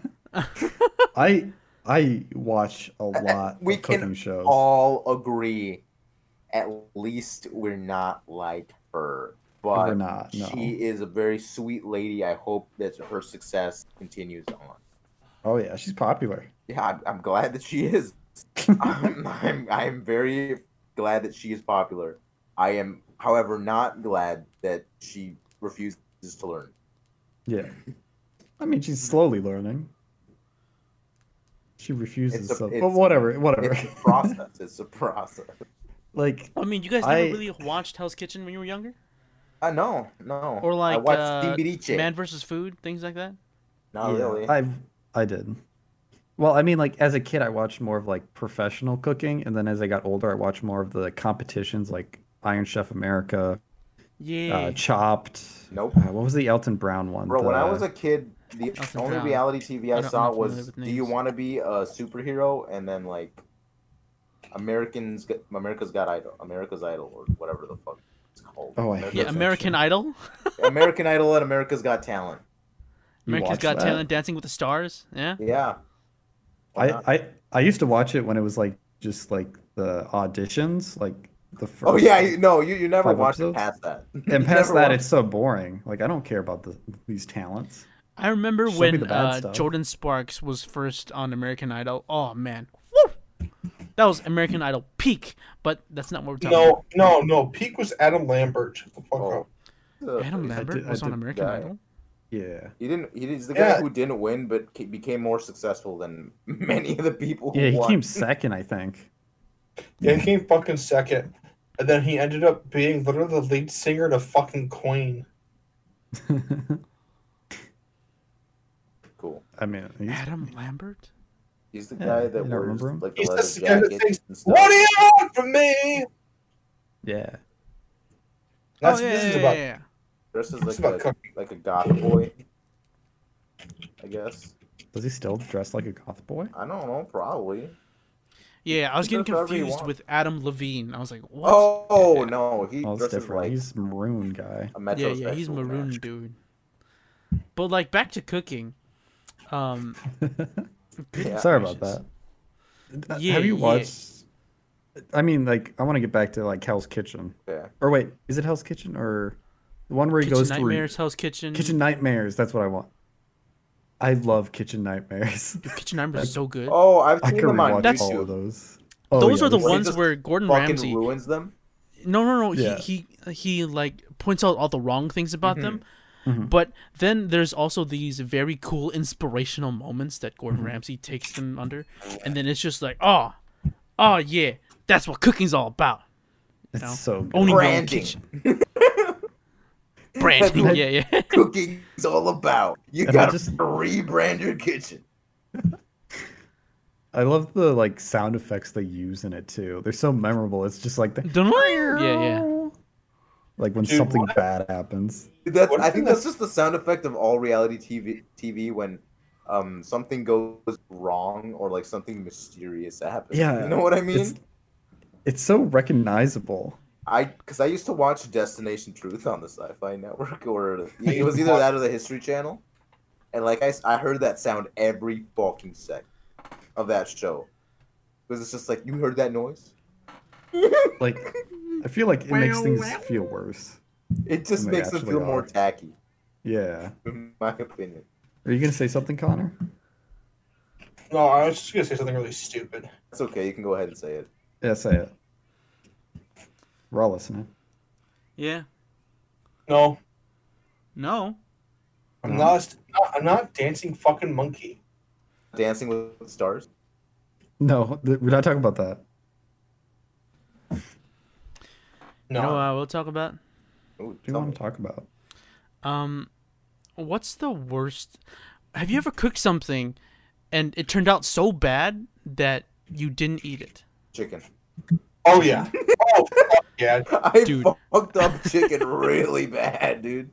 Speaker 4: I I watch a lot
Speaker 3: we
Speaker 4: of
Speaker 3: can
Speaker 4: cooking shows.
Speaker 3: All agree. At least we're not like her, but
Speaker 4: We're not. No.
Speaker 3: she is a very sweet lady. I hope that her success continues on.
Speaker 4: Oh yeah, she's popular.
Speaker 3: Yeah, I'm, I'm glad that she is. I'm, I'm I'm very glad that she is popular. I am, however, not glad that she refuses to learn.
Speaker 4: Yeah. I mean, she's slowly learning. She refuses,
Speaker 3: It's a-
Speaker 4: so, but
Speaker 3: it's-
Speaker 4: whatever, whatever.
Speaker 3: It's a process. It's a process.
Speaker 4: like,
Speaker 1: I mean, you guys
Speaker 4: I-
Speaker 1: never really watched Hell's Kitchen when you were younger,
Speaker 3: I know, Uh, no.
Speaker 1: or
Speaker 3: I
Speaker 1: like
Speaker 3: watched
Speaker 1: uh,
Speaker 3: Timbiriche.
Speaker 1: Man versus Food, things like that.
Speaker 3: Not
Speaker 4: yeah,
Speaker 3: really.
Speaker 4: I I did. Well, I mean, like as a kid, I watched more of like professional cooking, and then as I got older, I watched more of the competitions, like Iron Chef America,
Speaker 1: Yeah.
Speaker 4: uh, Chopped.
Speaker 3: Nope.
Speaker 4: Uh, what was the Elton Brown one?
Speaker 3: Bro, when I
Speaker 4: The-
Speaker 3: was a kid, the
Speaker 1: Elton
Speaker 3: only
Speaker 1: John.
Speaker 3: reality
Speaker 1: I
Speaker 3: TV I,
Speaker 1: don't- I'm
Speaker 3: saw
Speaker 1: not familiar
Speaker 3: was
Speaker 1: with
Speaker 3: Do You
Speaker 1: names.
Speaker 3: Want to Be a Superhero? And then like Americans, Got- America's Got Idol, America's Idol, or whatever the fuck it's called.
Speaker 4: Oh, I hate
Speaker 1: yeah,
Speaker 4: those,
Speaker 1: American
Speaker 4: actually.
Speaker 1: Idol,
Speaker 3: American Idol and America's Got Talent.
Speaker 4: You
Speaker 1: America's
Speaker 4: watched
Speaker 1: Got
Speaker 4: that?
Speaker 1: Talent, Dancing with the Stars. Yeah.
Speaker 3: Yeah. Why not?
Speaker 4: I, I I used to watch it when it was like just like the auditions, like the first.
Speaker 3: Oh yeah, you, no, you you never
Speaker 4: Five
Speaker 3: watched it past
Speaker 4: episodes?
Speaker 3: that. You
Speaker 4: and past
Speaker 3: never
Speaker 4: that,
Speaker 3: watched-
Speaker 4: it's so boring. Like I don't care about the, these talents.
Speaker 1: I remember
Speaker 4: Show me
Speaker 1: when
Speaker 4: the bad
Speaker 1: uh,
Speaker 4: stuff.
Speaker 1: Jordan Sparks was first on American Idol. Oh man, Woo! that was American Idol peak. But that's not what we're talking
Speaker 2: No, no, no. Peak was Adam Lambert. Shut the fuck
Speaker 3: Oh.
Speaker 2: up.
Speaker 3: Uh,
Speaker 1: about. Adam Lambert
Speaker 4: did- I
Speaker 1: was on
Speaker 4: did
Speaker 1: American
Speaker 3: that.
Speaker 1: Idol.
Speaker 4: Yeah,
Speaker 3: He didn't. He is the guy
Speaker 2: Yeah.
Speaker 3: who didn't win, but ca- became more successful than many of the people who
Speaker 4: yeah. He
Speaker 3: won.
Speaker 4: came second, I think.
Speaker 2: Yeah, he came fucking second, and then he ended up being literally the lead singer to fucking Queen.
Speaker 3: cool.
Speaker 4: I mean, he's,
Speaker 1: Adam Lambert.
Speaker 3: He's the
Speaker 4: Yeah,
Speaker 3: guy
Speaker 4: you
Speaker 3: that
Speaker 4: don't
Speaker 3: wears
Speaker 4: remember him?
Speaker 3: like the
Speaker 2: He's
Speaker 3: leather
Speaker 2: just the guy that
Speaker 3: jackets
Speaker 2: sings,
Speaker 3: and stuff.
Speaker 2: What do you want from me?
Speaker 4: yeah.
Speaker 2: That's
Speaker 1: oh
Speaker 2: what
Speaker 1: yeah,
Speaker 2: this is
Speaker 1: yeah,
Speaker 2: about.
Speaker 1: yeah, yeah.
Speaker 3: Dresses
Speaker 2: This is
Speaker 3: like
Speaker 2: about
Speaker 3: a,
Speaker 2: cooking.
Speaker 3: like a goth boy. I guess.
Speaker 4: Does he still dress like a goth boy?
Speaker 3: I don't know. Probably.
Speaker 1: Yeah, I was
Speaker 3: He
Speaker 1: getting
Speaker 3: does whatever he
Speaker 1: confused
Speaker 3: wants.
Speaker 1: with Adam Levine. I was like, what?
Speaker 3: Oh no, he
Speaker 4: Oh,
Speaker 3: dresses
Speaker 4: that's different.
Speaker 3: like
Speaker 4: He's maroon guy.
Speaker 3: a metrosexual.
Speaker 1: yeah, yeah, he's maroon
Speaker 3: match.
Speaker 1: dude. But like back to cooking. Um, goodness
Speaker 4: Sorry
Speaker 1: gracious.
Speaker 4: about that. Uh,
Speaker 1: Yeah,
Speaker 4: Have you
Speaker 1: yeah.
Speaker 4: watched? I mean, like, I want to get back to like Hell's Kitchen.
Speaker 3: Yeah.
Speaker 4: Or wait, is it Hell's Kitchen or The one where he
Speaker 1: Kitchen
Speaker 4: goes
Speaker 1: Nightmares, Hell's Kitchen.
Speaker 4: through Kitchen Nightmares. That's what I want. I love Kitchen Nightmares.
Speaker 1: Kitchen Nightmares is so good.
Speaker 3: Oh, I've
Speaker 4: I
Speaker 3: seen
Speaker 4: can
Speaker 3: them on
Speaker 4: rewatch
Speaker 1: That's-
Speaker 4: all of
Speaker 3: YouTube.
Speaker 4: those. Oh,
Speaker 1: Those
Speaker 4: yeah,
Speaker 1: are the
Speaker 4: this-
Speaker 3: Where he
Speaker 1: ones
Speaker 3: just
Speaker 1: where Gordon
Speaker 3: fucking
Speaker 1: Ramsay.
Speaker 3: ruins them.
Speaker 1: No, no, no.
Speaker 4: Yeah.
Speaker 1: He, he he like points out all the wrong things about them,
Speaker 4: Mhm.
Speaker 1: but then there's also these very cool inspirational moments that Gordon Ramsay takes them under, and then it's just like, oh, oh yeah, that's what cooking's all about.
Speaker 4: It's
Speaker 1: No.
Speaker 4: so good.
Speaker 1: Owning your own
Speaker 3: Branding.
Speaker 1: kitchen. Branding,
Speaker 3: That's-
Speaker 1: yeah, yeah.
Speaker 3: Cooking's all about. You
Speaker 4: And I
Speaker 3: gotta
Speaker 4: just-
Speaker 3: rebrand your kitchen.
Speaker 4: I love the like sound effects they use in it too. They're so memorable. It's just like the
Speaker 1: Don't worry. Yeah, yeah.
Speaker 4: like when
Speaker 2: Dude,
Speaker 4: something
Speaker 2: what?
Speaker 4: bad happens.
Speaker 3: That's,
Speaker 2: What
Speaker 3: I
Speaker 2: if
Speaker 3: think
Speaker 2: the-
Speaker 3: that's just the sound effect of all reality TV. TV when um, something goes wrong or like something mysterious happens.
Speaker 4: Yeah,
Speaker 3: you know what I mean.
Speaker 4: It's, it's so recognizable.
Speaker 3: I because I used to watch Destination Truth on the Sci-Fi Network, or it was either that or the History Channel, and like I, s- I heard that sound every fucking second of that show, because it's just like you heard that noise.
Speaker 4: Like I feel like it makes things feel worse.
Speaker 3: It just
Speaker 4: They
Speaker 3: makes it
Speaker 4: actually
Speaker 3: feel more
Speaker 4: are.
Speaker 3: tacky,
Speaker 4: Yeah.
Speaker 3: in my opinion.
Speaker 4: Are you gonna say something, Connor?
Speaker 2: No, I was just gonna say something really stupid.
Speaker 3: It's okay, you can go ahead and say it.
Speaker 4: Yeah, say it. We're all listening.
Speaker 1: Yeah.
Speaker 2: No,
Speaker 1: No.
Speaker 2: I'm
Speaker 1: Mm-hmm.
Speaker 4: No.
Speaker 2: not. a st- no, I'm not a dancing fucking monkey.
Speaker 3: Dancing with the Stars.
Speaker 4: No, th- we're not talking about that.
Speaker 1: You
Speaker 2: No,
Speaker 1: know what I will talk about?
Speaker 3: Ooh,
Speaker 4: Do you
Speaker 3: tell
Speaker 4: want
Speaker 3: me.
Speaker 4: to talk about?
Speaker 1: Um, what's the worst? Have you ever cooked something, and it turned out so bad that you didn't eat it?
Speaker 3: chicken.
Speaker 2: Oh yeah. oh fuck yeah.
Speaker 3: I
Speaker 1: Dude.
Speaker 3: fucked up chicken really bad, dude.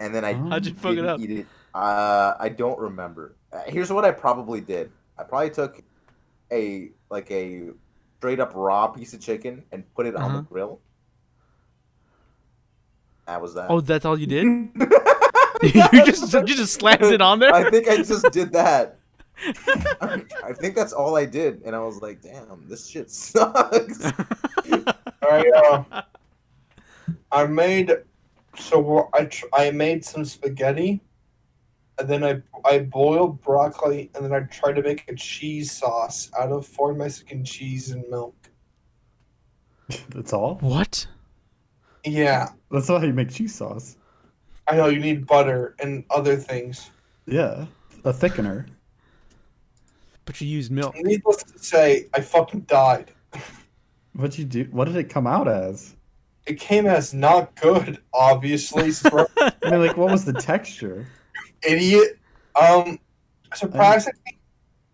Speaker 3: And then I
Speaker 4: Huh?
Speaker 1: How'd you fuck it
Speaker 3: didn't
Speaker 1: up?
Speaker 3: Eat it. Uh, I don't remember. Uh, Here's what I probably did. I probably took a like a straight up raw piece of chicken and put it on the
Speaker 1: Uh-huh.
Speaker 3: grill. That was that.
Speaker 1: Oh, that's all you did? you just you just slammed it on there?
Speaker 3: I think I just did that. I think that's all I did, and I was like, "Damn, this shit sucks."
Speaker 2: I uh, I made so we're- I tr- I made some spaghetti, and then I I boiled broccoli, and then I tried to make a cheese sauce out of four Mexican cheese and milk.
Speaker 4: That's all.
Speaker 1: What?
Speaker 2: Yeah,
Speaker 4: That's how you make cheese sauce.
Speaker 2: I know you need butter and other things.
Speaker 4: Yeah, a thickener.
Speaker 1: But you used milk.
Speaker 2: Needless to say, I fucking died.
Speaker 4: What'd you do? What did it come out as?
Speaker 2: It came as not good, obviously. since we're an
Speaker 4: I mean, like, what was the texture?
Speaker 2: idiot. Um, surprisingly,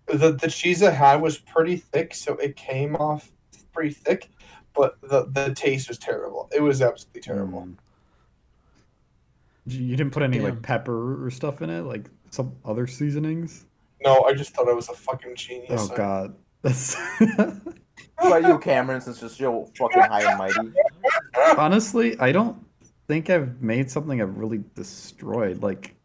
Speaker 2: the the cheese I had was pretty thick, so it came off pretty thick, but the the taste was terrible. It was absolutely terrible.
Speaker 4: Mm. You you didn't put any
Speaker 1: Damn.
Speaker 4: like pepper or stuff in it, like some other seasonings.
Speaker 2: No, I just thought I was a fucking genius.
Speaker 4: Oh God, that's
Speaker 3: What about you, Cameron? Since you're so fucking high and mighty.
Speaker 4: honestly, I don't think I've made something I've really destroyed. Like,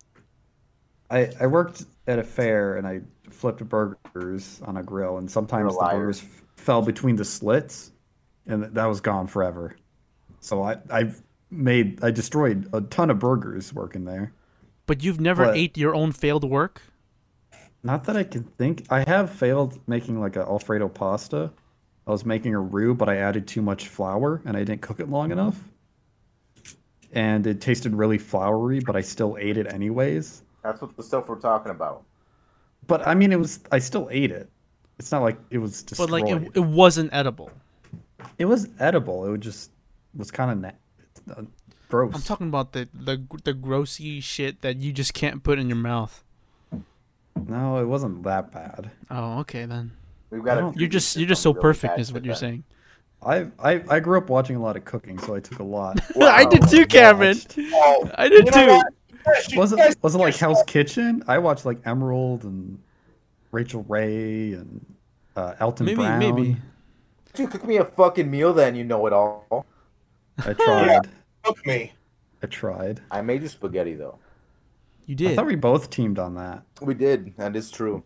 Speaker 4: I I worked at a fair and I flipped burgers on a grill, and sometimes the
Speaker 3: liar.
Speaker 4: burgers f- fell between the slits, and th- that was gone forever. So I I've made I destroyed a ton of burgers working there.
Speaker 1: But you've never
Speaker 4: What?
Speaker 1: ate your own failed work?
Speaker 4: Not that I can think. I have failed making like an Alfredo pasta. I was making a roux, but I added too much flour and I didn't cook it long enough. And it tasted really floury, but I still ate it anyways.
Speaker 3: That's what the stuff we're talking about.
Speaker 4: But I mean, it was, I still ate it. It's not like it was destroyed.
Speaker 1: But like
Speaker 4: it,
Speaker 1: it, it wasn't edible.
Speaker 4: it was edible. It was just was kind of na- uh, gross.
Speaker 1: I'm talking about the the the grossy shit that you just can't put in your mouth.
Speaker 4: no, it wasn't that bad.
Speaker 1: Oh, okay then.
Speaker 3: We've got.
Speaker 4: I
Speaker 3: a
Speaker 4: don't-
Speaker 3: few
Speaker 1: You're just
Speaker 3: pieces
Speaker 1: you're just
Speaker 3: of
Speaker 1: so
Speaker 3: really
Speaker 1: perfect
Speaker 3: bad
Speaker 1: is what
Speaker 3: shit
Speaker 1: you're
Speaker 3: that-
Speaker 1: saying.
Speaker 4: I, I I grew up watching a lot of cooking, so I took a lot.
Speaker 1: I did
Speaker 3: Wow.
Speaker 1: too, Cameron.
Speaker 2: Oh,
Speaker 1: I did
Speaker 2: you know
Speaker 1: too.
Speaker 2: what? Yes, you
Speaker 4: was
Speaker 2: guys-
Speaker 4: it was it like Hell's Kitchen? I watched like Emerald and Rachel Ray and uh, Elton
Speaker 1: Maybe
Speaker 4: Brown.
Speaker 1: maybe.
Speaker 3: Dude, cook me a fucking meal, then you know it all.
Speaker 4: I tried.
Speaker 2: Fuck me.
Speaker 4: I tried.
Speaker 3: I made you spaghetti though.
Speaker 1: You
Speaker 4: I
Speaker 1: did.
Speaker 4: thought we both teamed on that.
Speaker 3: We did. That is true.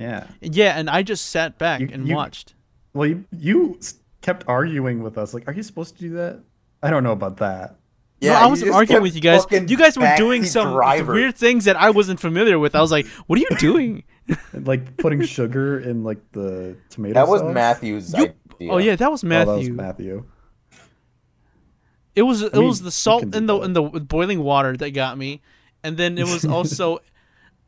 Speaker 4: Yeah.
Speaker 1: Yeah, and I just sat back
Speaker 4: You-
Speaker 1: and
Speaker 4: you-
Speaker 1: watched.
Speaker 4: Well, you you s- kept arguing with us. Like, are you supposed to do that? I don't know about that.
Speaker 1: Yeah, I
Speaker 3: you
Speaker 1: wasn't
Speaker 3: just
Speaker 1: arguing
Speaker 3: kept
Speaker 1: with you guys.
Speaker 3: fucking
Speaker 1: You guys were
Speaker 3: back
Speaker 1: doing
Speaker 3: the
Speaker 1: some
Speaker 3: driver.
Speaker 1: weird things that I wasn't familiar with. I was like, "What are you doing?"
Speaker 4: And, like putting sugar in like the tomato.
Speaker 3: That was
Speaker 4: sauce?
Speaker 3: Matthew's
Speaker 1: You-
Speaker 3: idea.
Speaker 1: Oh yeah, that was
Speaker 4: Oh, that
Speaker 1: Matthew.
Speaker 4: was Matthew.
Speaker 1: It was it
Speaker 4: mean,
Speaker 1: was the
Speaker 4: you
Speaker 1: salt
Speaker 4: can do
Speaker 1: in the
Speaker 4: that.
Speaker 1: in the boiling water that got me, and then it was also,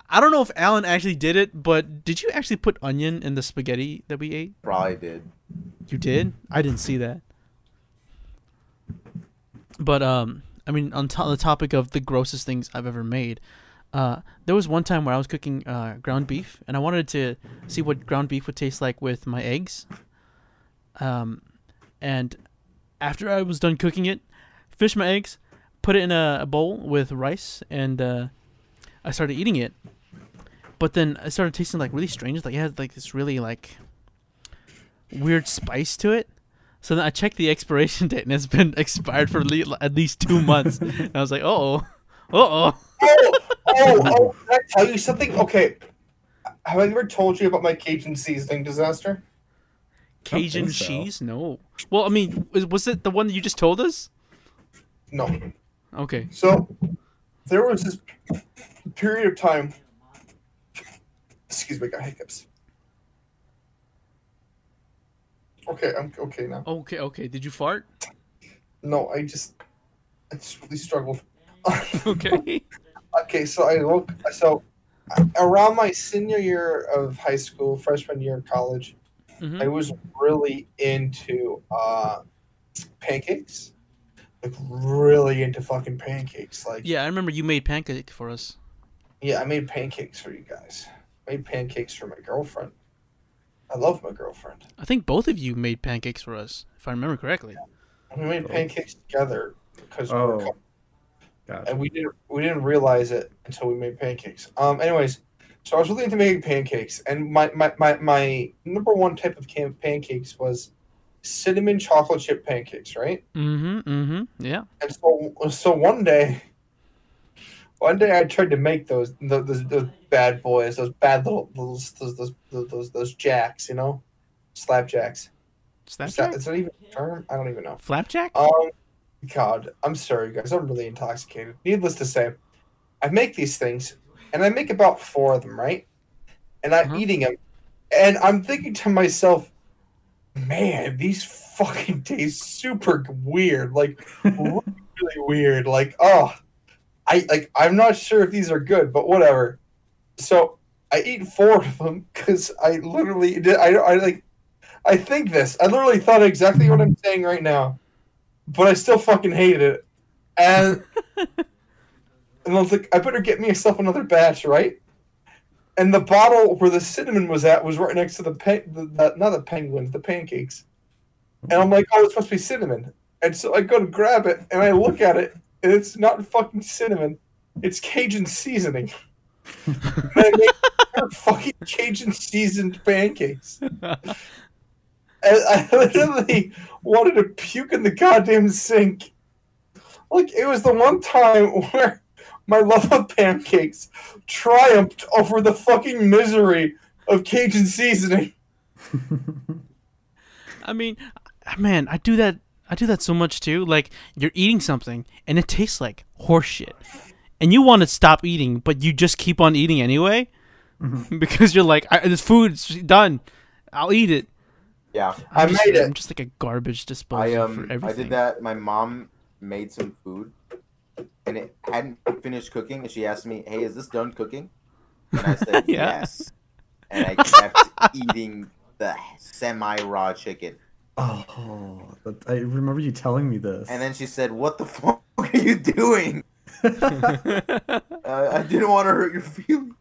Speaker 1: I don't know if Alan actually did it, but did you actually put onion in the spaghetti that we ate?
Speaker 3: probably did.
Speaker 1: You did? I didn't see that. But um, I mean, on to- the topic of the grossest things I've ever made, uh, there was one time where I was cooking uh, ground beef, and I wanted to see what ground beef would taste like with my eggs. Um, and after I was done cooking it, fished my eggs, put it in a, a bowl with rice, and uh, I started eating it. But then it started tasting like really strange. Like it had like this really like weird spice to it. So then I checked the expiration date, and it's been expired for le- at least two months. and I was like, "Oh, oh, oh."
Speaker 2: oh, oh, oh, can I tell you something? Okay. Have I ever told you about my Cajun seasoning disaster?
Speaker 1: Cajun
Speaker 4: so.
Speaker 1: cheese? No. Well, I mean, is- was it the one that you just told us?
Speaker 2: No.
Speaker 1: Okay.
Speaker 2: So there was this period of time. Excuse me, I got hiccups. Okay, I'm okay now.
Speaker 1: Okay. Okay. Did you fart?
Speaker 2: No, I just, I just really struggled.
Speaker 1: Okay.
Speaker 2: Okay, so I woke. So around my senior year of high school, freshman year of college,
Speaker 1: Mhm.
Speaker 2: I was really into uh, pancakes. Like really into fucking pancakes. Like
Speaker 1: yeah, I remember you made pancake for us.
Speaker 2: Yeah, I made pancakes for you guys. I made pancakes for my girlfriend. I love my girlfriend.
Speaker 1: I think both of you made pancakes for us, if I remember correctly.
Speaker 2: We made
Speaker 4: Oh.
Speaker 2: pancakes together because we
Speaker 4: Oh.
Speaker 2: were couple,
Speaker 4: Gotcha.
Speaker 2: and we didn't we didn't realize it until we made pancakes. Um, anyways, so I was really into making pancakes, and my my my, my number one type of can- pancakes was cinnamon chocolate chip pancakes, right?
Speaker 1: Mm-hmm. Mm-hmm. Yeah.
Speaker 2: And so, so one day, one day I tried to make those those, those, those bad boys, those bad little those those those, those, those, those jacks, you know, slapjacks. Is that
Speaker 1: Slapjack.
Speaker 2: is that even a term? I don't even know.
Speaker 1: Flapjack.
Speaker 2: Um, God, I'm sorry, guys. I'm really intoxicated. Needless to say, I make these things, and I make about four of them, right? And I'm
Speaker 1: Uh-huh.
Speaker 2: eating them, and I'm thinking to myself, man, these fucking taste super weird. Like really weird. Like, oh, I like I'm not sure if these are good, but whatever. So I eat four of them because I literally did. I, I like I think this. I literally thought exactly what I'm saying right now, but I still fucking hated it. And and I was like, I better get myself another batch, right? And the bottle where the cinnamon was at was right next to the, pe- the, the not the penguins, the pancakes. And I'm like, oh, it's supposed to be cinnamon. And so I go to grab it, and I look at it, and it's not fucking cinnamon. It's Cajun seasoning. and I make fucking Cajun seasoned pancakes. And I literally wanted to puke in the goddamn sink. Like, it was the one time where my love of pancakes triumphed over the fucking misery of Cajun seasoning.
Speaker 1: I mean, I- man, I do that. I do that so much too. Like you're eating something and it tastes like horseshit, and you want to stop eating, but you just keep on eating anyway
Speaker 3: Mm-hmm.
Speaker 1: because you're like, I, "This food's done. I'll eat it."
Speaker 3: Yeah.
Speaker 2: I
Speaker 1: I'm just,
Speaker 2: made it.
Speaker 1: I'm just like a garbage
Speaker 3: I
Speaker 1: disposal
Speaker 3: um
Speaker 1: for everything.
Speaker 3: I did that. My mom made some food, and it hadn't finished cooking. And she asked me, "Hey, is this done cooking?" And I said,
Speaker 1: Yeah.
Speaker 3: "Yes." And I kept eating the semi-raw chicken.
Speaker 4: Oh, but I remember you telling me this.
Speaker 3: And then she said, "What the fuck are you doing? Uh, I didn't want to hurt your feelings."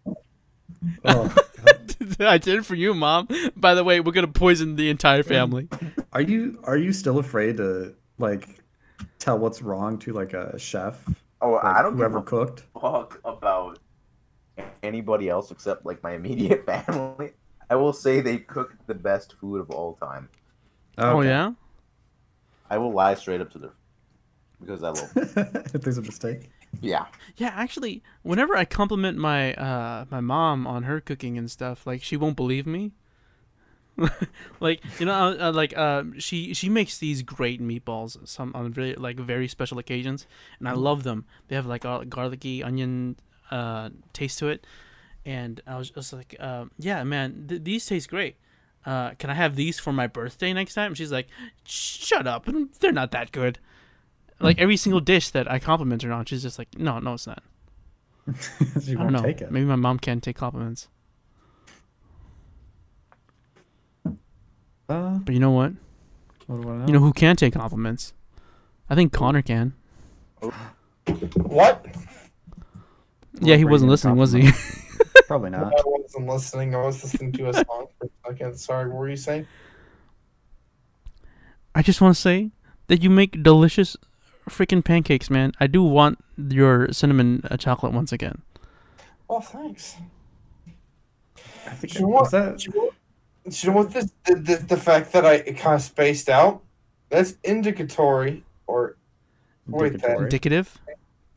Speaker 4: oh,
Speaker 1: I did it for you, mom. By the way, we're gonna poison the entire family.
Speaker 4: are you are you still afraid to like tell what's wrong to like a chef?
Speaker 3: Oh,
Speaker 4: Like,
Speaker 3: I don't give
Speaker 4: whoever
Speaker 3: a
Speaker 4: cooked.
Speaker 3: fuck about anybody else except like my immediate family. I will say they cooked the best food of all time.
Speaker 1: Oh
Speaker 4: Okay.
Speaker 1: yeah.
Speaker 3: I will lie straight up to them because I love. Them.
Speaker 4: if there's a mistake.
Speaker 3: Yeah.
Speaker 1: Yeah, actually, whenever I compliment my uh my mom on her cooking and stuff, like she won't believe me. like you know, uh, uh, like uh, she she makes these great meatballs some on very like very special occasions, and I love them. They have like a garlicky onion uh taste to it, and I was just like, uh, yeah, man, th- these taste great. Uh, can I have these for my birthday next time? She's like, shut up, they're not that good. Like every single dish that I compliment her on, she's just like, no, no, it's not.
Speaker 4: she
Speaker 1: I don't
Speaker 4: won't
Speaker 1: know.
Speaker 4: take it.
Speaker 1: Maybe my mom can't take compliments.
Speaker 4: Uh,
Speaker 1: But you know what?
Speaker 4: what do I know?
Speaker 1: You know who can take compliments? I think Connor can.
Speaker 2: What?
Speaker 1: yeah, he
Speaker 4: bringing
Speaker 1: wasn't
Speaker 4: a
Speaker 1: listening, was he?
Speaker 4: Probably not.
Speaker 2: I wasn't listening. I was listening to a song for a second. Sorry, what were you saying?
Speaker 1: I just want to say that you make delicious freaking pancakes, man. I do want your cinnamon uh, chocolate once again.
Speaker 2: Oh, thanks.
Speaker 4: I think
Speaker 2: Do you want,
Speaker 4: was that
Speaker 2: do you want, do you want this, the, the, the fact that I kind of spaced out? That's indicatory or Wait, that-
Speaker 4: indicatory?
Speaker 1: Indicative?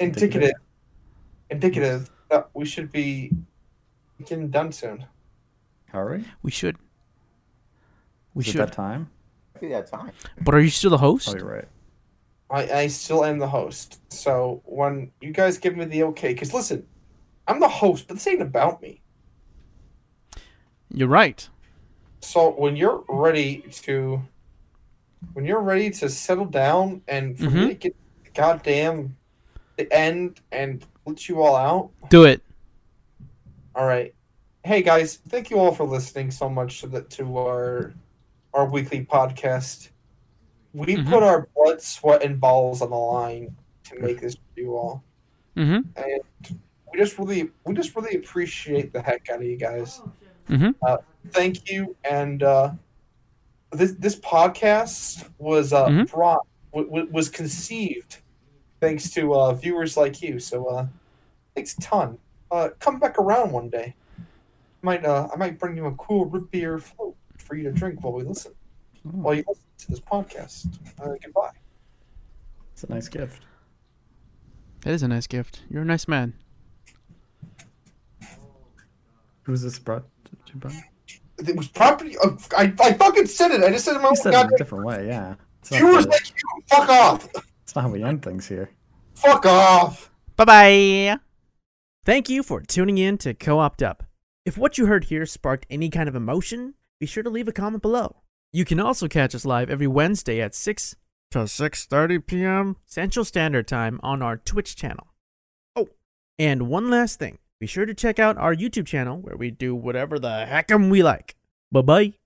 Speaker 2: indicative. Indicative that we should be getting done soon.
Speaker 4: Are we?
Speaker 1: We should. We
Speaker 4: Is it
Speaker 1: should.
Speaker 4: that time?
Speaker 3: Maybe that time.
Speaker 1: But are you still the host?
Speaker 4: Oh, you're right.
Speaker 2: I, I still am the host. So when you guys give me the okay, because listen, I'm the host, but this ain't about me.
Speaker 1: You're right.
Speaker 2: So when you're ready to, when you're ready to settle down and for me
Speaker 1: Mhm.
Speaker 2: to get the goddamn the end and let you all out,
Speaker 1: Do it.
Speaker 2: all right. Hey guys, thank you all for listening so much to the, to our our weekly podcast. We
Speaker 1: Mhm.
Speaker 2: put our blood, sweat, and balls on the line to make this for you all.
Speaker 1: Mm-hmm.
Speaker 2: we just really we just really appreciate the heck out of you guys.
Speaker 1: Mhm.
Speaker 2: Uh, thank you, and uh, this this podcast was uh,
Speaker 1: Mhm.
Speaker 2: brought w- w- was conceived thanks to uh, viewers like you. So uh, thanks a ton. Uh, come back around one day. Might uh, I might bring you a cool root beer float for you to drink while we listen
Speaker 4: Oh.
Speaker 2: while you listen to this podcast. Uh, goodbye.
Speaker 4: It's a nice gift.
Speaker 1: That is a nice gift. You're a nice man.
Speaker 4: Who's this brought to? to- Brought?
Speaker 2: It was property. Uh, I, I fucking said it. I just said it in Oh my
Speaker 4: You
Speaker 2: own
Speaker 4: said it in a
Speaker 2: goddamn.
Speaker 4: different way. Yeah. It's not,
Speaker 2: Viewers
Speaker 4: the,
Speaker 2: like you. Fuck off.
Speaker 4: it's not how we end things here.
Speaker 2: Fuck off.
Speaker 1: Bye bye.
Speaker 5: Thank you for tuning in to Co opt Up. If what you heard here sparked any kind of emotion, be sure to leave a comment below. You can also catch us live every Wednesday at 6 to 6:30 p.m. Central Standard Time on our Twitch channel. Oh, and one last thing. Be sure to check out our YouTube channel where we do whatever the heck we like. Bye-bye.